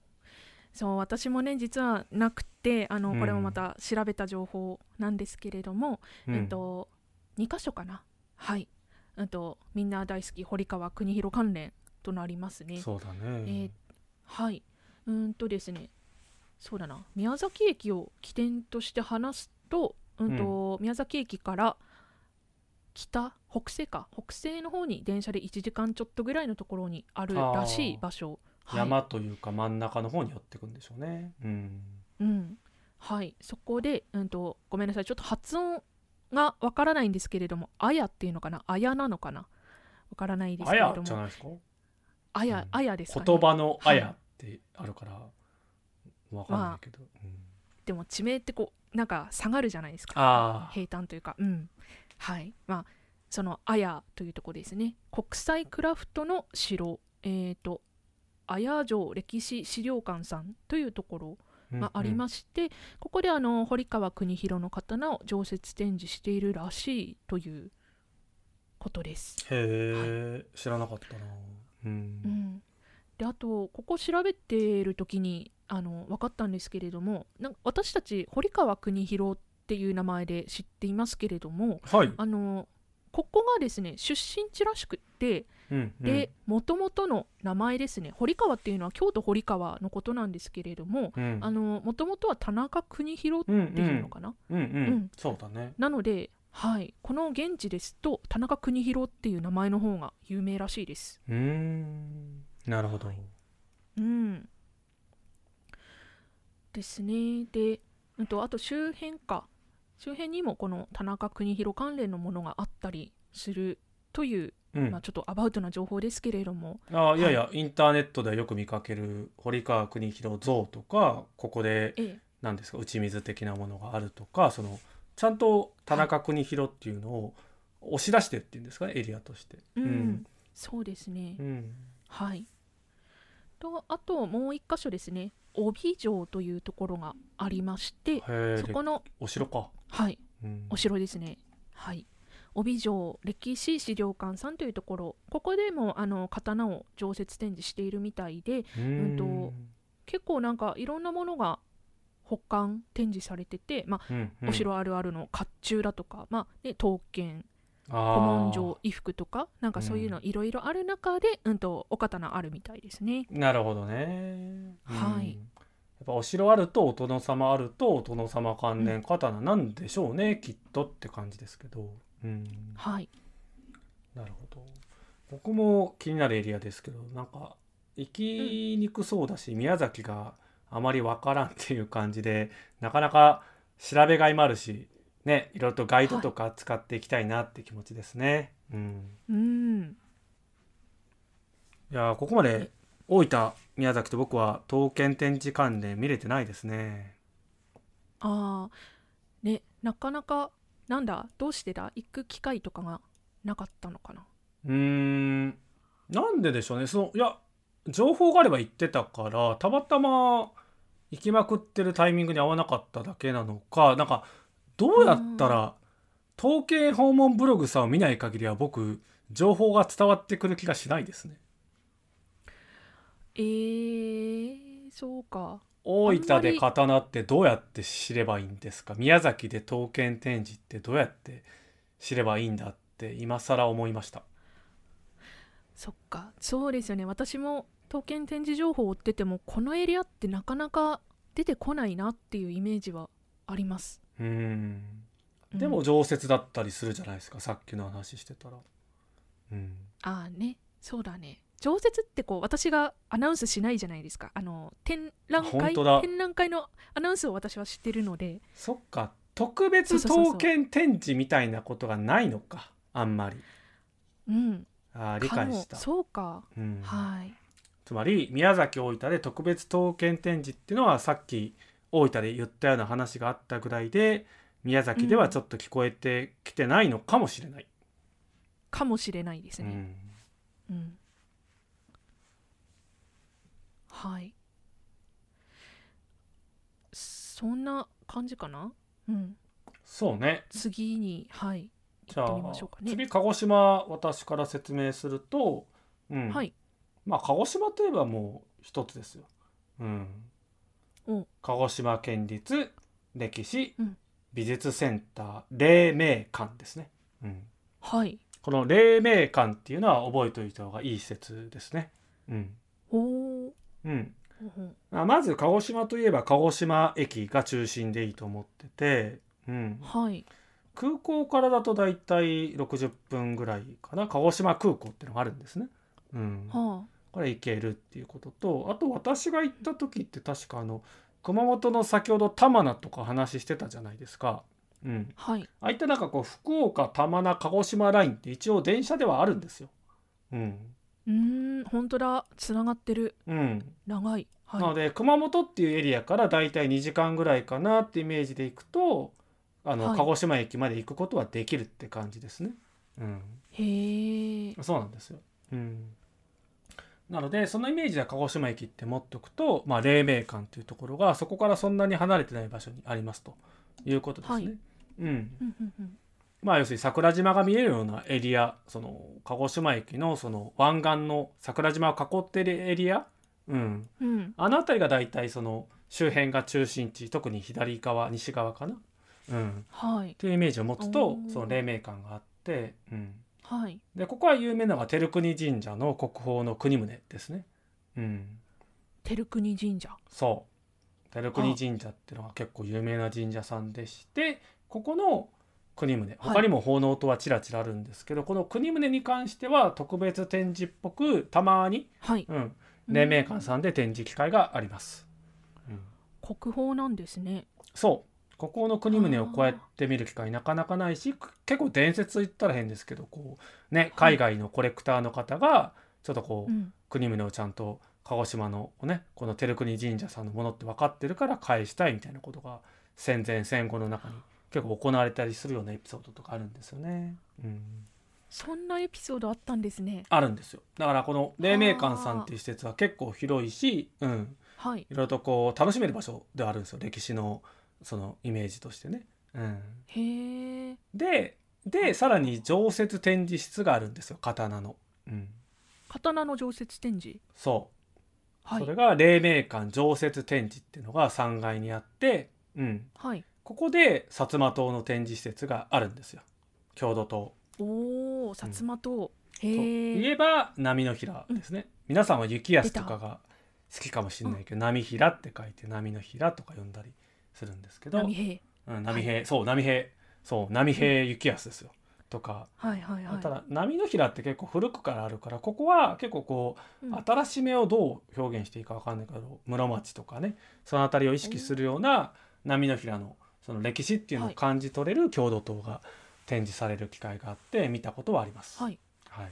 そう私もね実はなくてあのうんこれもまた調べた情報なんですけれども、えっと2箇所かなはいうんとみんな大好き堀川国広関連となりますうんねそうだえねー、はい、うーんとですね、そうだな、宮崎駅を起点として話すと、うんと宮崎駅から北北西か北西の方に電車で1時間ちょっとぐらいのところにあるらしい場所、はい、山というか真ん中の方に寄ってくんでしょうね。うん。うん、はい、そこで、うんと、ごめんなさい、ちょっと発音がわからないんですけれども、あやっていうのかな、あやなのかな、わからないですあけれやどじゃも、ないですか。あうやん、あやですか、ね。言葉のあやってあるから。わかんないけど。うんでも地名ってこう、なんか下がるじゃないですか、ああ。。平坦というか、うん。はい、まあ、そのあやというところですね。国際クラフトの城、えっ、と、あや城歴史資料館さんというところがありますして、ここであの堀川国広の刀を常設展示しているらしいということです。へえ、知らなかったな。う。うんん、であとここ調べている時にあの分かったんですけれどもなんか私たち堀川国広っていう名前で知っていますけれどもはい。あのここがですね出身地らしくってうんうんでもともとの名前ですね堀川っていうのは京都堀川のことなんですけれどもうんあのもともとは田中国広うんうっていうのんかな、うんううんんそうだね。なので、はい、この現地ですと田中邦弘っていう名前の方が有名らしいです。うーん。なるほど。うん、ですね。で、うん、とあと周辺か周辺にもこの田中邦弘関連のものがあったりするという、うんまあ、ちょっとアバウトな情報ですけれども、ああいやいや、インターネットではよく見かける堀川国広像とかここでええ何ですか打ち水的なものがあるとかそのちゃんと田中国広っていうのを押し出してっていうんですかねエリアとして。うんうんそうですね。うんはい。とあともう一箇所ですね帯城というところがありましてへえそでこの、お城か。はい、うんお城ですね。はい。帯城歴史資料館さんというところ、ここでもあの刀を常設展示しているみたいで、うーんうんと結構なんかいろんなものが保管展示されてて、まあ、うんうんお城あるあるの甲冑だとか、まあ、ね、刀剣、古あ文あ書、衣服とか、なんかそういうのいろいろある中で、うんとお刀あるみたいですね。なるほどね。はいうんやっぱお城あるとお殿様あるとお殿様関連刀なんでしょうね、きっとって感じですけど。うんはい。なるほど。僕も気になるエリアですけど、なんか行きにくそうだし、宮崎があまりわからんっていう感じで、なかなか調べがいもあるし、ね、いろいろとガイドとか使っていきたいなって気持ちですね。うん。うん。いやーここまで大分、宮崎と僕は刀剣展示関連見れてないですね。ああ、ね、なかなか、なんだ、どうしてだ、行く機会とかがなかったのかな。うーん。なんででしょうね。その、いや、情報があれば行ってたから、たまたま行きまくってるタイミングに合わなかっただけなのか、なんか、どうやったら、統計訪問ブログさんを見ない限りは僕、情報が伝わってくる気がしないですね。えー、そうか。大あ分んまでり刀ってどうやって知ればいいんですか宮崎で刀剣展示ってどうやって知ればいいんだって今更思いました。そっか。そうですよね。私も刀剣展示情報を追ってても、このエリアってなかなか出てこないなっていうイメージはあります。うーん。うんでも常設だったりするじゃないですか、さっきの話してたら。うん。ああね、そうだね。常設ってこう私がアナウンスしないじゃないですか。あの展覧本会当だ展覧会のアナウンスを私は知ってるので、そっか、特別そうそうそうそう刀剣展示みたいなことがないのか、あんまり。うん、あー理解しかたも。そうか。うん、はい。つまり宮崎大分で特別刀剣展示っていうのはさっき大分で言ったような話があったぐらいで宮崎ではちょっと聞こえてきてないのかもしれない。かもしれないですね。うん、はいそんな感じかな、うん、そうね次にはいじゃ行っあてみましょうかね次鹿児島私から説明すると、うんはいまあ鹿児島といえばもう一つですよ。うんお鹿児島県立歴史うん美術センター黎明館ですね。うんはいこの黎明館っていうのは覚えておいた方がいい施設ですね。うん。おーうん。ほうほうまあまず鹿児島といえば鹿児島駅が中心でいいと思ってて、うん、はい空港からだとだいたい60分ぐらいかな鹿児島空港ってのがあるんですね。うん、はこれ行けるっていうこととあと私が行った時って確かあの熊本の先ほど玉名とか話してたじゃないですか。うん、あはいああいったなんかこう福岡玉名鹿児島ラインって一応電車ではあるんですよ。うんうーん本当だつながってるうん、長いはいなので熊本っていうエリアからだいたい2時間ぐらいかなってイメージで行くとあの、はい鹿児島駅まで行くことはできるって感じですね。うん、へえそうなんですよ。うん、なのでそのイメージで鹿児島駅って持っておくと、まあ、黎明館っていうところがそこからそんなに離れてない場所にありますということですね。はいうん、うんうんうんまあ要するに桜島が見えるようなエリアその鹿児島駅のその湾岸の桜島を囲ってるエリア、うん、うんあの辺りが大体その周辺が中心地特に左側西側かな、うん、はいというイメージを持つとおーその黎明館があって、うん、はいでここは有名なのが照国神社の国宝の国宗ですね。うん、照国神社そう照国神社っていうのは結構有名な神社さんでしてここの国宗他にも奉納とはちらちらあるんですけど、この国宗に関しては特別展示っぽくたまに、はいうん、黎明館さんで展示機会があります。うん国宝なんですねそうここの国宗をこうやって見る機会なかなかないしく結構伝説と言ったら変ですけどこう、ね、はい海外のコレクターの方がちょっとこう、うん国宗をちゃんと鹿児島のねこの照国神社さんのものって分かってるから返したいみたいなことが戦前戦後の中に結構行われたりするようなエピソードとかあるんですよね。うん、そんなエピソードあったんですねあるんですよだからこの黎明館さんっていう施設は結構広いし、うん、はいいろいろとこう楽しめる場所ではあるんですよ歴史のそのイメージとしてね。うん、へえででさらに常設展示室があるんですよ刀の。うん、刀の常設展示そうはそれいが黎明館常設展示っていうのが3階にあって、うん、はいここで薩摩島の展示施設があるんですよ郷土島おお薩摩島とへいええば波の平ですね、皆さんは雪安とかが好きかもしれないけど波平って書いて波の平とか呼んだりするんですけど波平うん、波平、そう波平そう波平雪安ですよ、とかはいはいはいただ波の平って結構古くからあるからここは結構こううん新しめをどう表現していいか分かんないけど室町とかねその辺りを意識するような波の平のその歴史っていうのをはい感じ取れる郷土島が展示される機会があって見たことはあります。はいはい、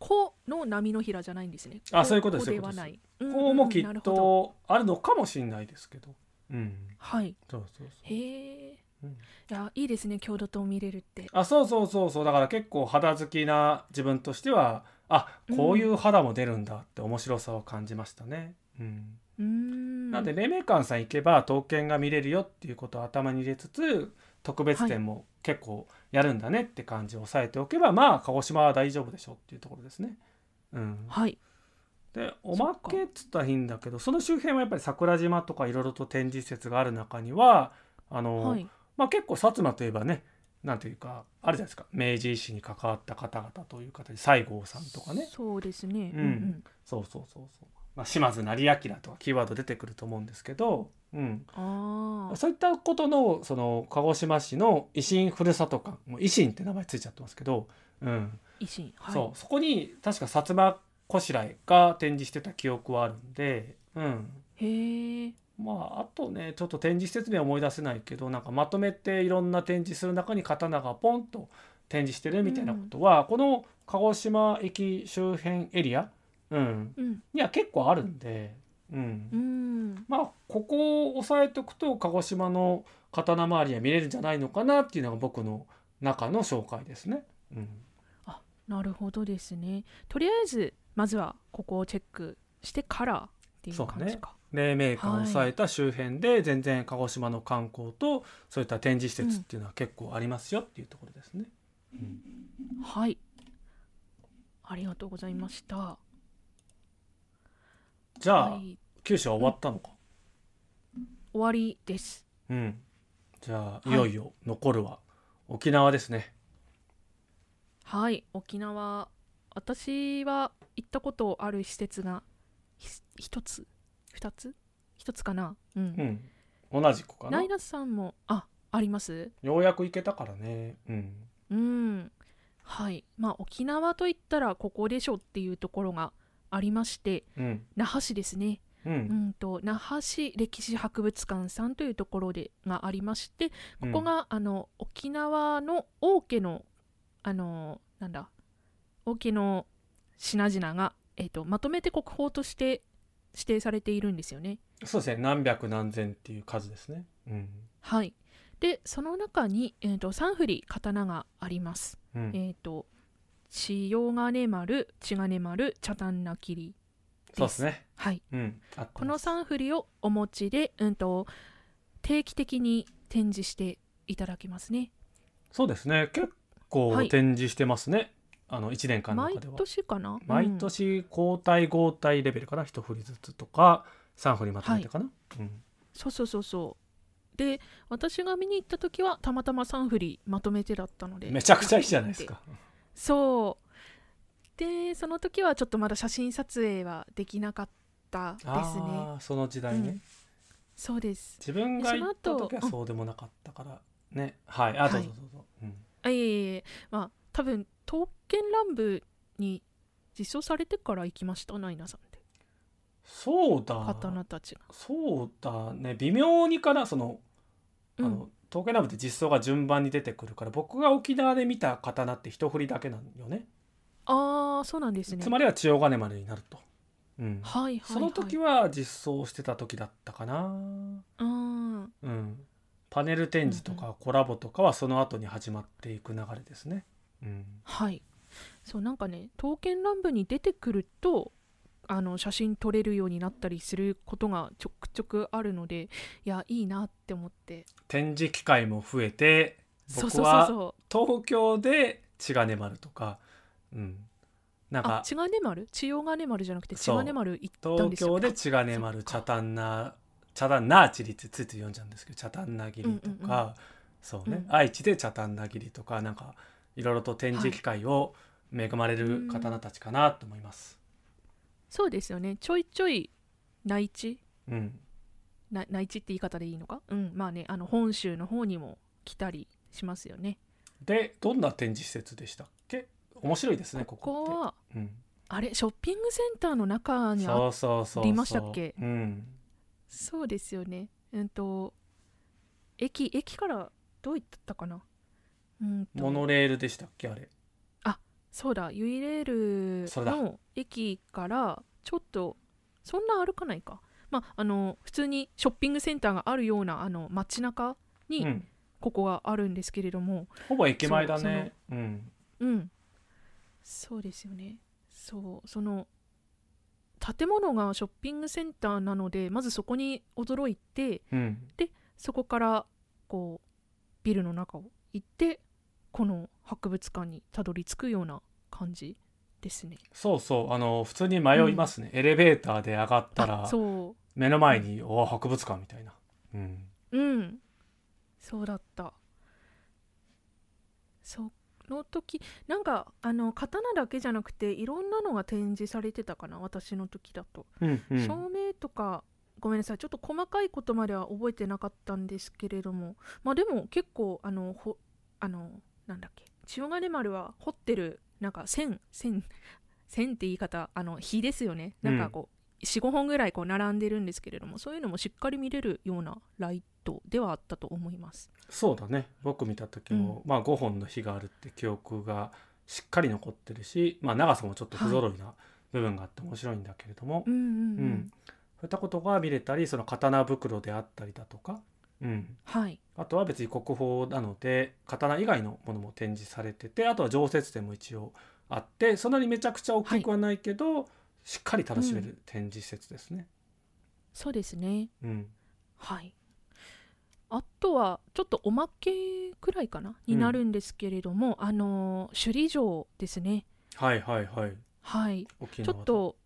この波の平じゃないんですね。あそういうことでこすそうでいうこはとですない。こうもきっうんうんなるほどとあるのかもしれないですけど。うん、はい。そうそうそう。へえ。うんいやいいですね。郷土島見れるって。あそうそうそうそうだから結構肌好きな自分としてはあこういう肌も出るんだって面白さを感じましたね。うんうーん。なんで黎明館さん行けば刀剣が見れるよっていうことを頭に入れつつ特別展も結構やるんだねって感じを押さえておけば、まあ鹿児島は大丈夫でしょうっていうところですね。うん、はい。でおまけっつったらいいんだけどその周辺はやっぱり桜島とかいろいろと展示施設がある中にはあの、はい。まあ、結構薩摩といえばねなんていうかあるじゃないですか明治維新に関わった方々という方で西郷さんとかねそうですね。うんうんそうそうそうそう、まあ、島津成明とかキーワード出てくると思うんですけど、うん、うん。ああ。そういったことのその鹿児島市の維新ふるさと館もう維新って名前ついちゃってますけど、うん維新。はい。そうそこに確か薩摩こしらえが展示してた記憶はあるんで、うん、へえ。まああとねちょっと展示施設名は思い出せないけどなんかまとめていろんな展示する中に刀がポンと展示してるみたいなことは、この鹿児島駅周辺エリア、うん、うん。には結構あるんで。うんうーん。まあここを押さえておくと鹿児島の刀周りは見れるんじゃないのかなっていうのが僕の中の紹介ですね。うん、なるほどですね。とりあえずまずはここをチェックしてからっていう感じか。黎明館を抑えた周辺で全然鹿児島の観光とそういった展示施設っていうのは結構ありますよっていうところですね。はい。ありがとうございました。じゃあ、はい。九州は終わったのか。終わりです。うん、じゃあいいよいよ残るは沖縄ですね。はい沖縄私は行ったことある施設がひ一つ二つ一つかなうん、うん、同じ子かなナイ。ラさんもあありますようやく行けたからねうんうんはいまあ沖縄といったらここでしょっていうところがありましてうん那覇市ですねうん、うんと那覇市歴史博物館さんというところでがありましてここが、あの沖縄の王家のあのなんだ王家の品々が、えー、とまとめて国宝として指定されているんですよね。そうですね何百何千っていう数ですねうんはい、でその中に、えー、と3振り刀があります。うん、えー、と千代金丸千金丸茶炭なきりそうですね。はいうん、あってこのます3振りをお持ちで、うん、と定期的に展示していただけますねそうですね。結構はい展示してますね。あの一年間の毎中では。年かな毎年交代交代レベルかな、一振りずつとか三振りまとめてかな。うん。そうそうそうそうで私が見に行った時はたまたま3振りまとめてだったのでめちゃくちゃいいじゃないですか。そうでその時はちょっとまだ写真撮影はできなかったですねああ、その時代ね、うんそうです自分が行った時はその後そうでもなかったからね。はい。あ、どうはいぞどうぞ。うんあいえいえいえまあ多分刀剣乱舞に実装されてから行きましたナイナさんってそうだ刀。たちがそうだね。微妙にかな、その。あうんの刀剣ラブって実装が順番に出てくるから僕が沖縄で見た刀って一振りだけなんよね。ああそうなんですねつまりは千代金丸になると、うんはいはい、はい、その時は実装してた時だったかな、うんうん、パネル展示とかコラボとかはその後に始まっていく流れですね、うん、はいそうなんかね刀剣乱舞に出てくるとあの写真撮れるようになったりすることがちょくちょくあるのでいやいいなって思って展示機会も増えてそう僕そうそうはそう東京で千金丸とか、うん、なんあか血がね丸千代がね丸じゃなくて血そうがね丸行ったん東ですよ京で千金そっ丸か茶炭な茶炭なちりってついつい読んじゃうんですけど茶炭なぎりうとか、んうんうんそうね、うん愛知で茶炭なぎりとかなんかいろいろと展示機会を恵まれる刀たちかなと思います。そうですよねちょいちょい内地うん、な内地って言い方でいいのかうんまあねあの本州の方にも来たりしますよねでどんな展示施設でしたっけ面白いですねここここって。はうん、あれショッピングセンターの中にあっそうそうそうそう。ありましたっけうん、そうですよね。うんと駅駅からどういったかな。うんとモノレールでしたっけあれ。そうだユイレールそれだの駅からちょっとそんな歩かないか。まああの普通にショッピングセンターがあるようなあの街中うにん、ここがあるんですけれども、ほぼ駅前だね。うん、うん、そうですよね。そうその建物がショッピングセンターなのでまずそこに驚いて、うん、そこからこうビルの中を行ってこの博物館にたどり着くような感じですね。そうそうあの普通に迷いますね、エレベーターで上がったらあそ目の前に、おお博物館みたいな、うん、ううんそうだった。その時なんかあの刀だけじゃなくていろんなのが展示されてたかな私の時だと。うんうん照明とかごめんなさいちょっと細かいことまでは覚えてなかったんですけれどもまあでも結構あのほあのなんだっけ千代金丸は彫ってるなんか線 線線って言い方あの火ですよねなんかこう、45本ぐらいこう並んでるんですけれどもそういうのもしっかり見れるようなライトではあったと思いますそうだね僕見た時も、まあ5本の日があるって記憶がしっかり残ってるし、まあ、長さもちょっと不揃いな部分があって面白いんだけれども、うんうんうん、うんそういったことが見れたりその刀袋であったりだとか、うん、はいあとは別に国宝なので刀以外のものも展示されててあとは常設展も一応あってそんなにめちゃくちゃ大きくはないけど、しっかり楽しめる展示施設ですね。そうですねうんはいあとはちょっとおまけくらいかなになるんですけれども、あのー首里城ですねはいはいはいはい沖ちょ縄っと、と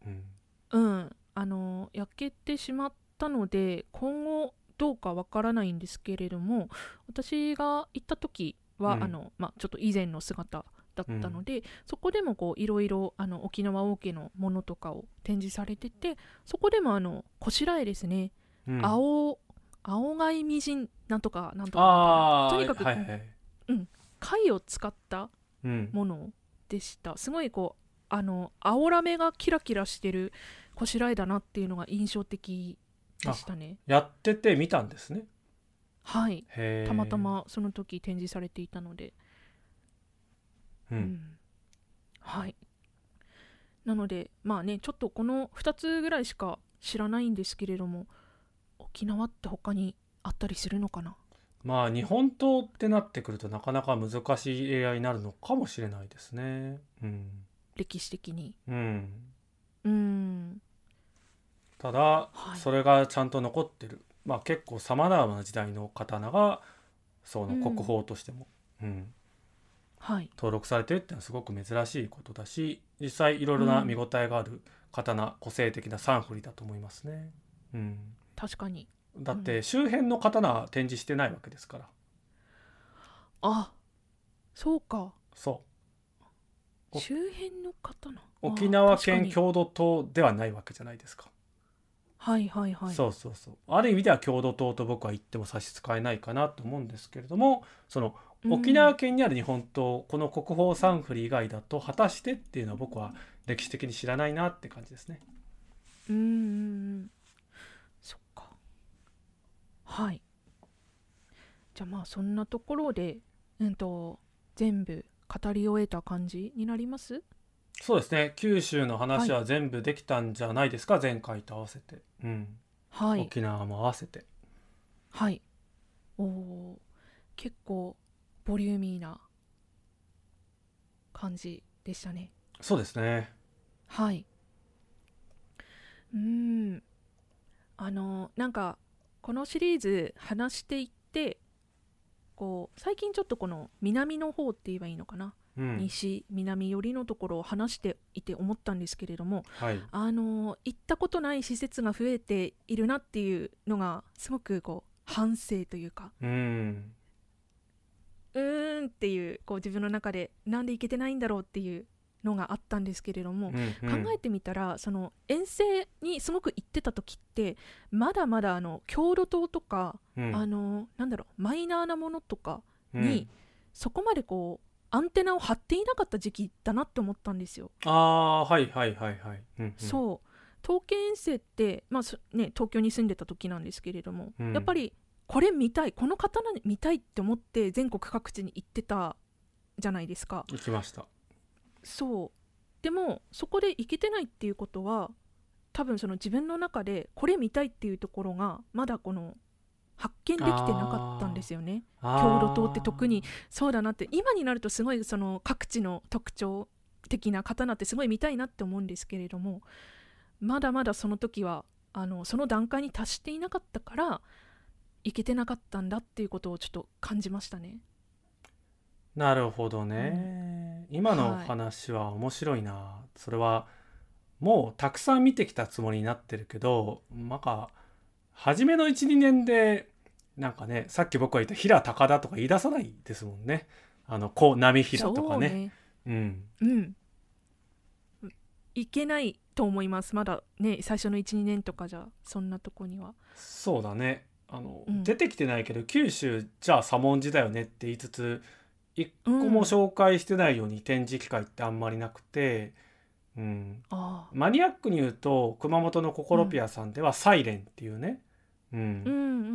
うん、うんあのー焼けてしまったので今後どうかわからないんですけれども私が行った時は、うんあのまあ、ちょっと以前の姿だったので、そこでもこういろいろあの沖縄王家のものとかを展示されててそこでもあのこしらえですねうん青青貝みじんなんとかなんとかああとにかくはいはい貝を使ったうんものでしたすごいこうあの青ラメがキラキラしてるこしらえだなっていうのが印象的でしたねやってて見たんですねはいへえたまた、まその時展示されていたので、う、うんんはいなのでまあねちょっとこの2つぐらいしか知らないんですけれども沖縄って他にあったりするのかなまあ日本刀ってなってくるとなかなか難しい AI になるのかもしれないですねうん、歴史的にうん、うんただ、はいそれがちゃんと残ってるまあ結構さまざまな時代の刀がそのうん国宝としても、うん、はい登録されてるってのはすごく珍しいことだし実際いろいろな見応えがある刀、個性的な三振りだと思いますね。うん、確かにだって周辺の刀は展示してないわけですからあそうかそお周辺の方なう沖縄あ県ー確かに郷土島ではないわけじゃないですか。はいはいはいそうそうそうある意味では郷土島と僕は言っても差し支えないかなと思うんですけれどもそのうん沖縄県にある日本刀、この国宝サンフリ以外だと果たしてっていうのは僕は歴史的に知らないなって感じですね。うんうんうんそっかはいじゃあまあそんなところでうんと全部語り終えた感じになりますそうですね九州の話は全部できたんじゃないですか、前回と合わせて、うんはい沖縄も合わせてはいおー結構ボリューミーな感じでしたねそうですねはいうーんあのなんかこのシリーズ話していってこう最近ちょっとこの南の方って言えばいいのかな、うん西南寄りのところを話していて思ったんですけれどもはいあの行ったことない施設が増えているなっていうのがすごくこう反省というかうんうーんっていうこう自分の中でなんで行けてないんだろうっていうのがあったんですけれども、うんう考んえてみたらその遠征にすごく行ってた時ってまだまだあの郷土島とか、うんあのなんだろうマイナーなものとかうんにそこまでこうアンテナを張っていなかった時期だなって思ったんですよ。ああーはいはいはいはい、うんうん、うそう東京遠征って、まあそね、東京に住んでた時なんですけれども、うんやっぱりこれ見たいこの刀見たいって思って全国各地に行ってたじゃないですか。行きましたそうでもそこで行けてないっていうことは多分その自分の中でこれ見たいっていうところがまだこの発見できてなかったんですよねあー郷土島って特にそうだなって今になるとすごいその各地の特徴的な刀ってすごい見たいなって思うんですけれどもまだまだその時はあのその段階に達していなかったから行けてなかったんだっていうことをちょっと感じましたねなるほどね、今のおはい話は面白いな、それはもうたくさん見てきたつもりになってるけどなんか初めの12年でなんかねさっき僕が言った「平高田」とか言い出さないですもんねあの「こう波平」とかねそうねうんうん、いけないと思いますまだね最初の12年とかじゃそんなとこにはそうだねあの、うん出てきてないけど九州じゃあ左文字だよねって言いつつ一個うんも紹介してないように展示機会ってあんまりなくて、うん、ああマニアックに言うと熊本のココロピアさんでは「サイレンっていうね、うんうんう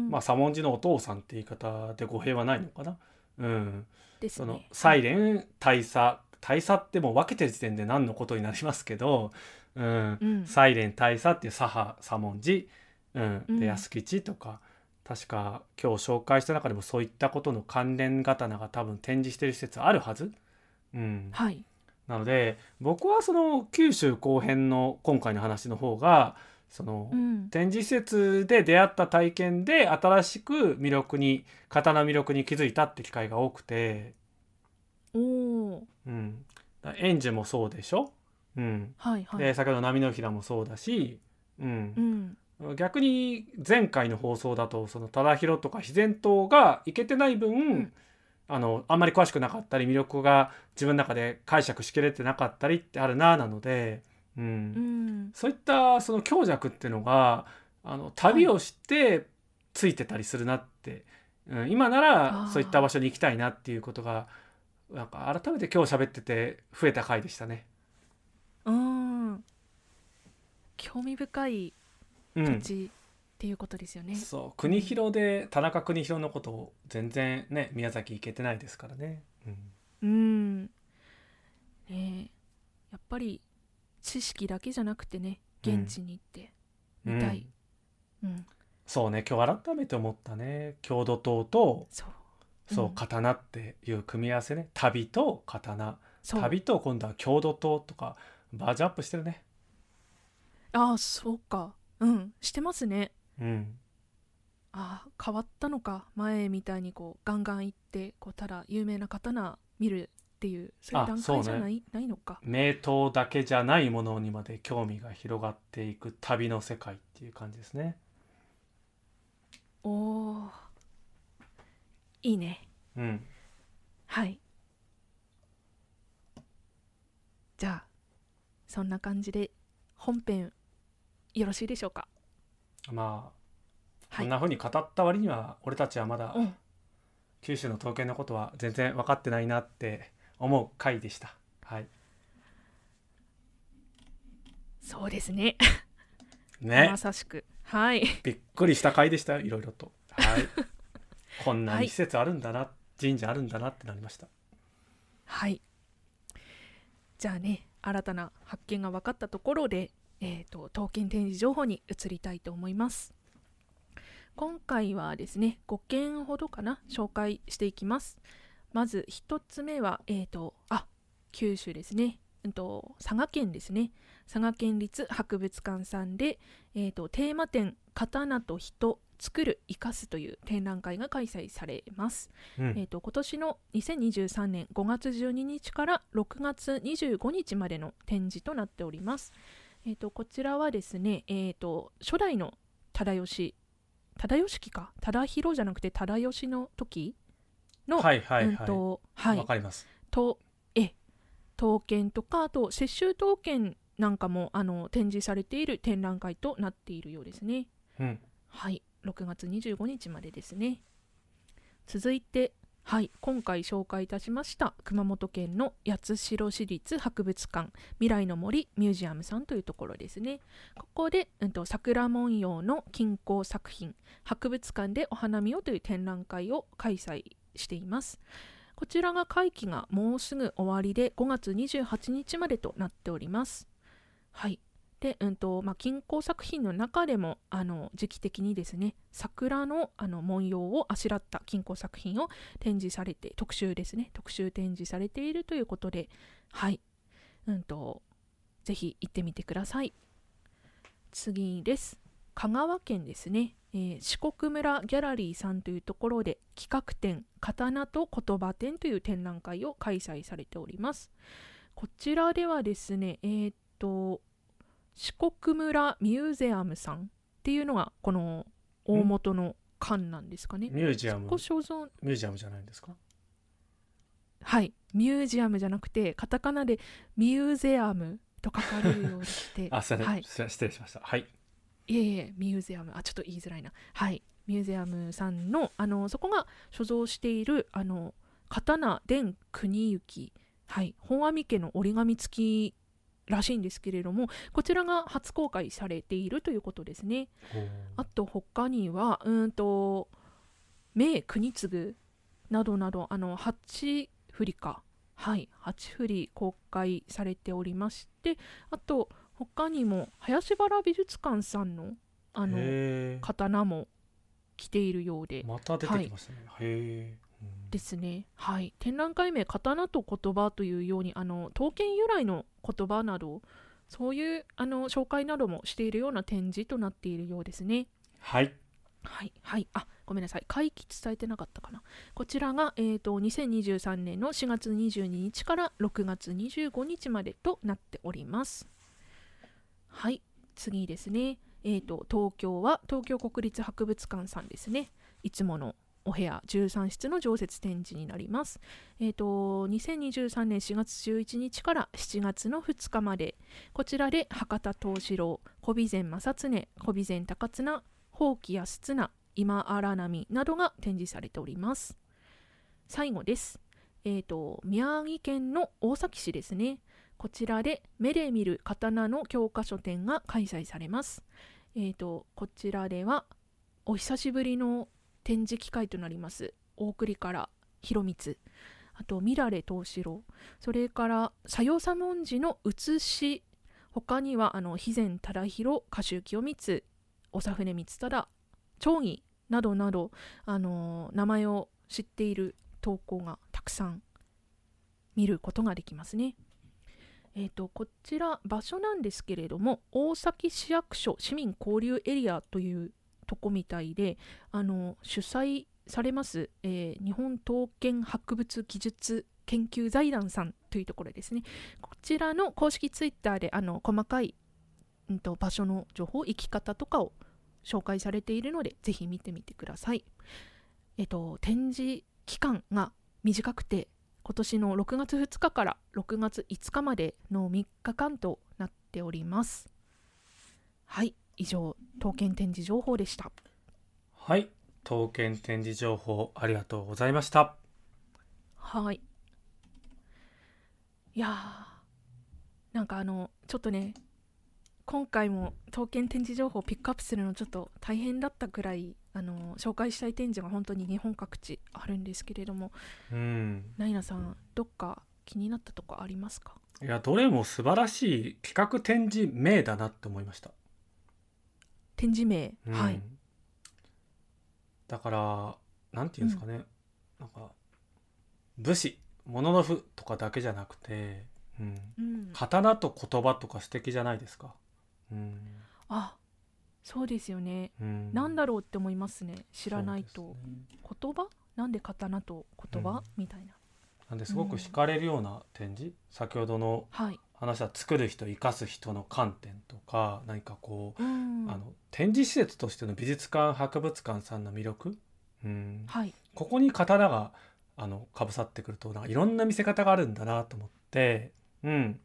ん、まあ左文字のお父さんって言い方で語弊はないのかな、うん、ですそねの「サイレン大佐」大佐ってもう分けてる時点で何のことになりますけど「うんうんサイレン大佐」っていう左派左文字、うんうんで安吉とか確か今日紹介した中でもそういったことの関連刀が多分展示してる施設あるはず。うん、はいなので僕はその九州後編の今回の話の方がその、うん展示施設で出会った体験で新しく魅力に刀の魅力に気づいたって機会が多くて、おおうん、だから園児もそうでしょ、うんはいはい、で先ほどの波の平もそうだし、うんうん逆に前回の放送だとその忠宏とか肥前党がいけてない分、んあのあんまり詳しくなかったり魅力が自分の中で解釈しきれてなかったりってあるななので、うんうんそういったその強弱っていうのがあの旅をしてついてたりするなって、うん、今ならあーそういった場所に行きたいなっていうことがなんか改めて今日喋ってて増えた回でしたね。うん興味深いうん土地っていうことですよね、そう国広で田中国広のことを全然ね宮崎行けてないですからね。ううんんねえやっぱり知識だけじゃなくてねうん現地に行って見たい、うんそうね今日改めて思ったね郷土刀とそうそう、うん刀っていう組み合わせね旅と刀そう旅と今度は郷土刀とかバージョンアップしてるね。ああそうかうんしてますねうん、ああ変わったのか前みたいにこうガンガン行ってこうただ有名な刀見るっていうそういうあ段そうね階じゃない,、ないのか名刀だけじゃないものにまで興味が広がっていく旅の世界っていう感じですね。おおいいねうん、はいじゃあそんな感じで本編よろしいでしょうかまあはこいんな風に語った割には俺たちはまだうん九州の統計のことは全然分かってないなって思う回でした。はい、そうですねね ま、さしくはいびっくりした回でしたよいろいろと。 はい、こんなはにい施設あるんだな、神社あるんだなってなりました。はいじゃあね新たな発見が分かったところで、えー、と刀剣展示情報に移りたいと思います今回はですね5件ほどかな紹介していきますまず1つ目はえー、とあ九州ですねうんと佐賀県ですね佐賀県立博物館さんで、えー、とテーマ展「刀と人作る生かす」という展覧会が開催されますうえん、ー、と今年の2023年5月12日から6月25日までの展示となっております。えー、とこちらはですね、えー、と初代の忠義忠義期か忠広じゃなくて忠義の時の、はいはいうんは。とはいいわかります。とえ刀剣とかあと雪舟刀剣なんかもあの展示されている展覧会となっているようですね。うん、はい、6月25日までですね。続いて、はい、今回紹介いたしました熊本県の八代市立博物館未来の森ミュージアムさんというところですね。ここで、うんと、桜文様の金工作品博物館でお花見をという展覧会を開催しています。こちらが会期がもうすぐ終わりで5月28日までとなっております。はい。で、うんとまあ、金工作品の中でもあの時期的にですね桜のあの文様をあしらった金工作品を展示されて特集ですね特集展示されているということではい、うん、とぜひ行ってみてください次です香川県ですね、えー四国村ギャラリーさんというところで企画展「刀と言葉展」という展覧会を開催されておりますこちらではですねえーっと四国村ミューゼアムさんっていうのがこの大元の館なんですかねミュージアム、ご所存ミュージアムじゃないんですか。はいミュージアムじゃなくてカタカナでミューゼアムと書かれるようにして あ、すいません、はい失礼失礼しました。はい。いえいえミューゼアムあちょっと言いづらいなはいミューゼアムさんのあのそこが所蔵しているあの刀伝国行はい本阿弥家の折り紙付きらしいんですけれどもこちらが初公開されているということですねあと他にはうーんと名国次などなどあの8振りかはい8振り公開されておりましてあと他にも林原美術館さんのあのへー刀も来ているようでまた出てきましたね。へえ。うんですね、はい、展覧会名「刀と言葉」というようにあの刀剣由来の言葉などそういうあの紹介などもしているような展示となっているようですね。はい。はい、はい、あごめんなさい会期伝えてなかったかなこちらが、えー、と2023年の4月22日から6月25日までとなっておりますはい次ですねえー、と東京は東京国立博物館さんですねいつものお部屋13室の常設展示になりますえー、と2023年4月11日から7月の2日までこちらで博多藤四郎小備前正恒小備前高綱宝器や須綱今荒波などが展示されております最後ですえーと宮城県の大崎市ですねこちらで目で見る刀の教科書展が開催されますえーとこちらではお久しぶりの展示機会となります大栗から広光あとミラレ東四郎それから佐用左文字の写し他にはあの肥前忠広歌手清光長船光忠長義などなど、あのー名前を知っている投稿がたくさん見ることができますね。えー、とこちら場所なんですけれども大崎市役所市民交流エリアというとこみたいであの主催されます、えー日本刀剣博物技術研究財団さんというところですねこちらの公式ツイッターであの細かい、うん、と場所の情報行き方とかを紹介されているのでぜひ見てみてください、えっと、展示期間が短くて今年の6月2日から6月5日までの3日間となっておりますはい以上刀剣展示情報でしたはい刀剣展示情報ありがとうございましたはい。いやー、なんかあの、ちょっとね、今回も刀剣展示情報をピックアップするのちょっと大変だったくらい、あの、紹介したい展示が本当に日本各地あるんですけれども、うんナイナさん、どっか気になったとこありますかいやどれも素晴らしい企画展示名だなって思いました、展示名、うんはい。だからなんていうんですかね、なんか武士物の符とかだけじゃなくて、うん、うん、刀と言葉とか素敵じゃないですか、うんあそうですよね。うん、なんろだろうって思いますね。う知らないと。ですね言葉なんで刀と言葉、うんみたいな。なんですごく惹かれるような展示、先ほどのはい。話は作る人生かす人の観点とか何かこう、うん。あの展示施設としての美術館博物館さんの魅力、うん、はい。ここに刀があのかぶさってくるとなんかいろんな見せ方があるんだなと思って、うん、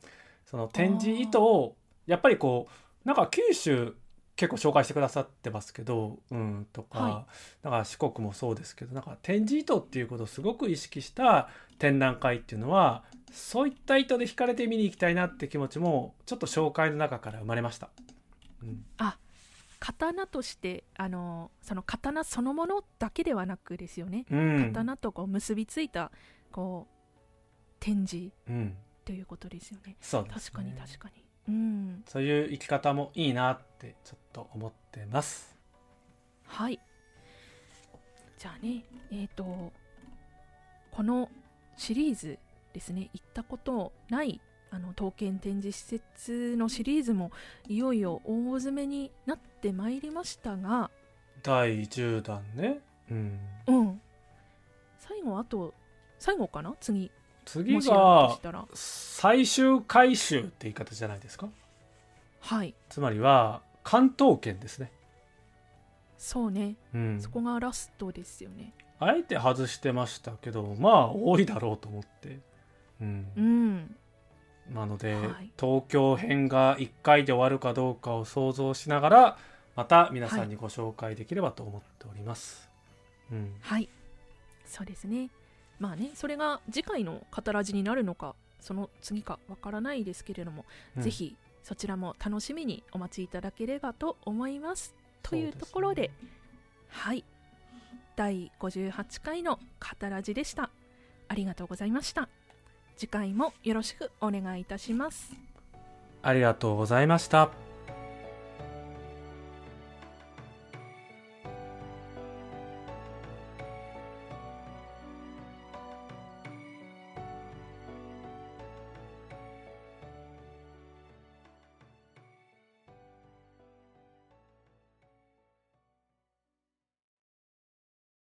その展示意図をやっぱりこうなんか九州結構紹介してくださってますけど、うん、とか、はなんか四国もそうですけどなんか展示意図っていうことをすごく意識した展覧会っていうのはそういった意図で惹かれて見に行きたいなって気持ちもちょっと紹介の中から生まれました。うん、刀としてあのその刀そのものだけではなくですよね、うん、刀とこう結びついたこう展示うん、ということですよねそうです確ねかに確かに、うんそういう生き方もいいなってちょっと思ってます。はいじゃあねえっ、とこのシリーズですね行ったことないあの刀剣展示施設のシリーズもいよいよ大詰めになってまいりましたが第10弾ね。うん。うん最後あと最後かな次次もしあるとがしたら最終回収って言い方じゃないですか。はいつまりは関東圏ですね。そうね、うんそ。こがラストですよねあえて外してましたけど、まあ多いだろうと思って。うん。うんなので、はい東京編が1回で終わるかどうかを想像しながら、また皆さんにご紹介できればと思っております。うん。はいそうですねまあねそれが次回の「カタラジ」になるのかその次かわからないですけれども、うんぜひそちらも楽しみにお待ちいただければと思いますというとこそろうすでねはい第58回の「カタラジ」でしたありがとうございました次回もよろしくお願いいたしますありがとうございました。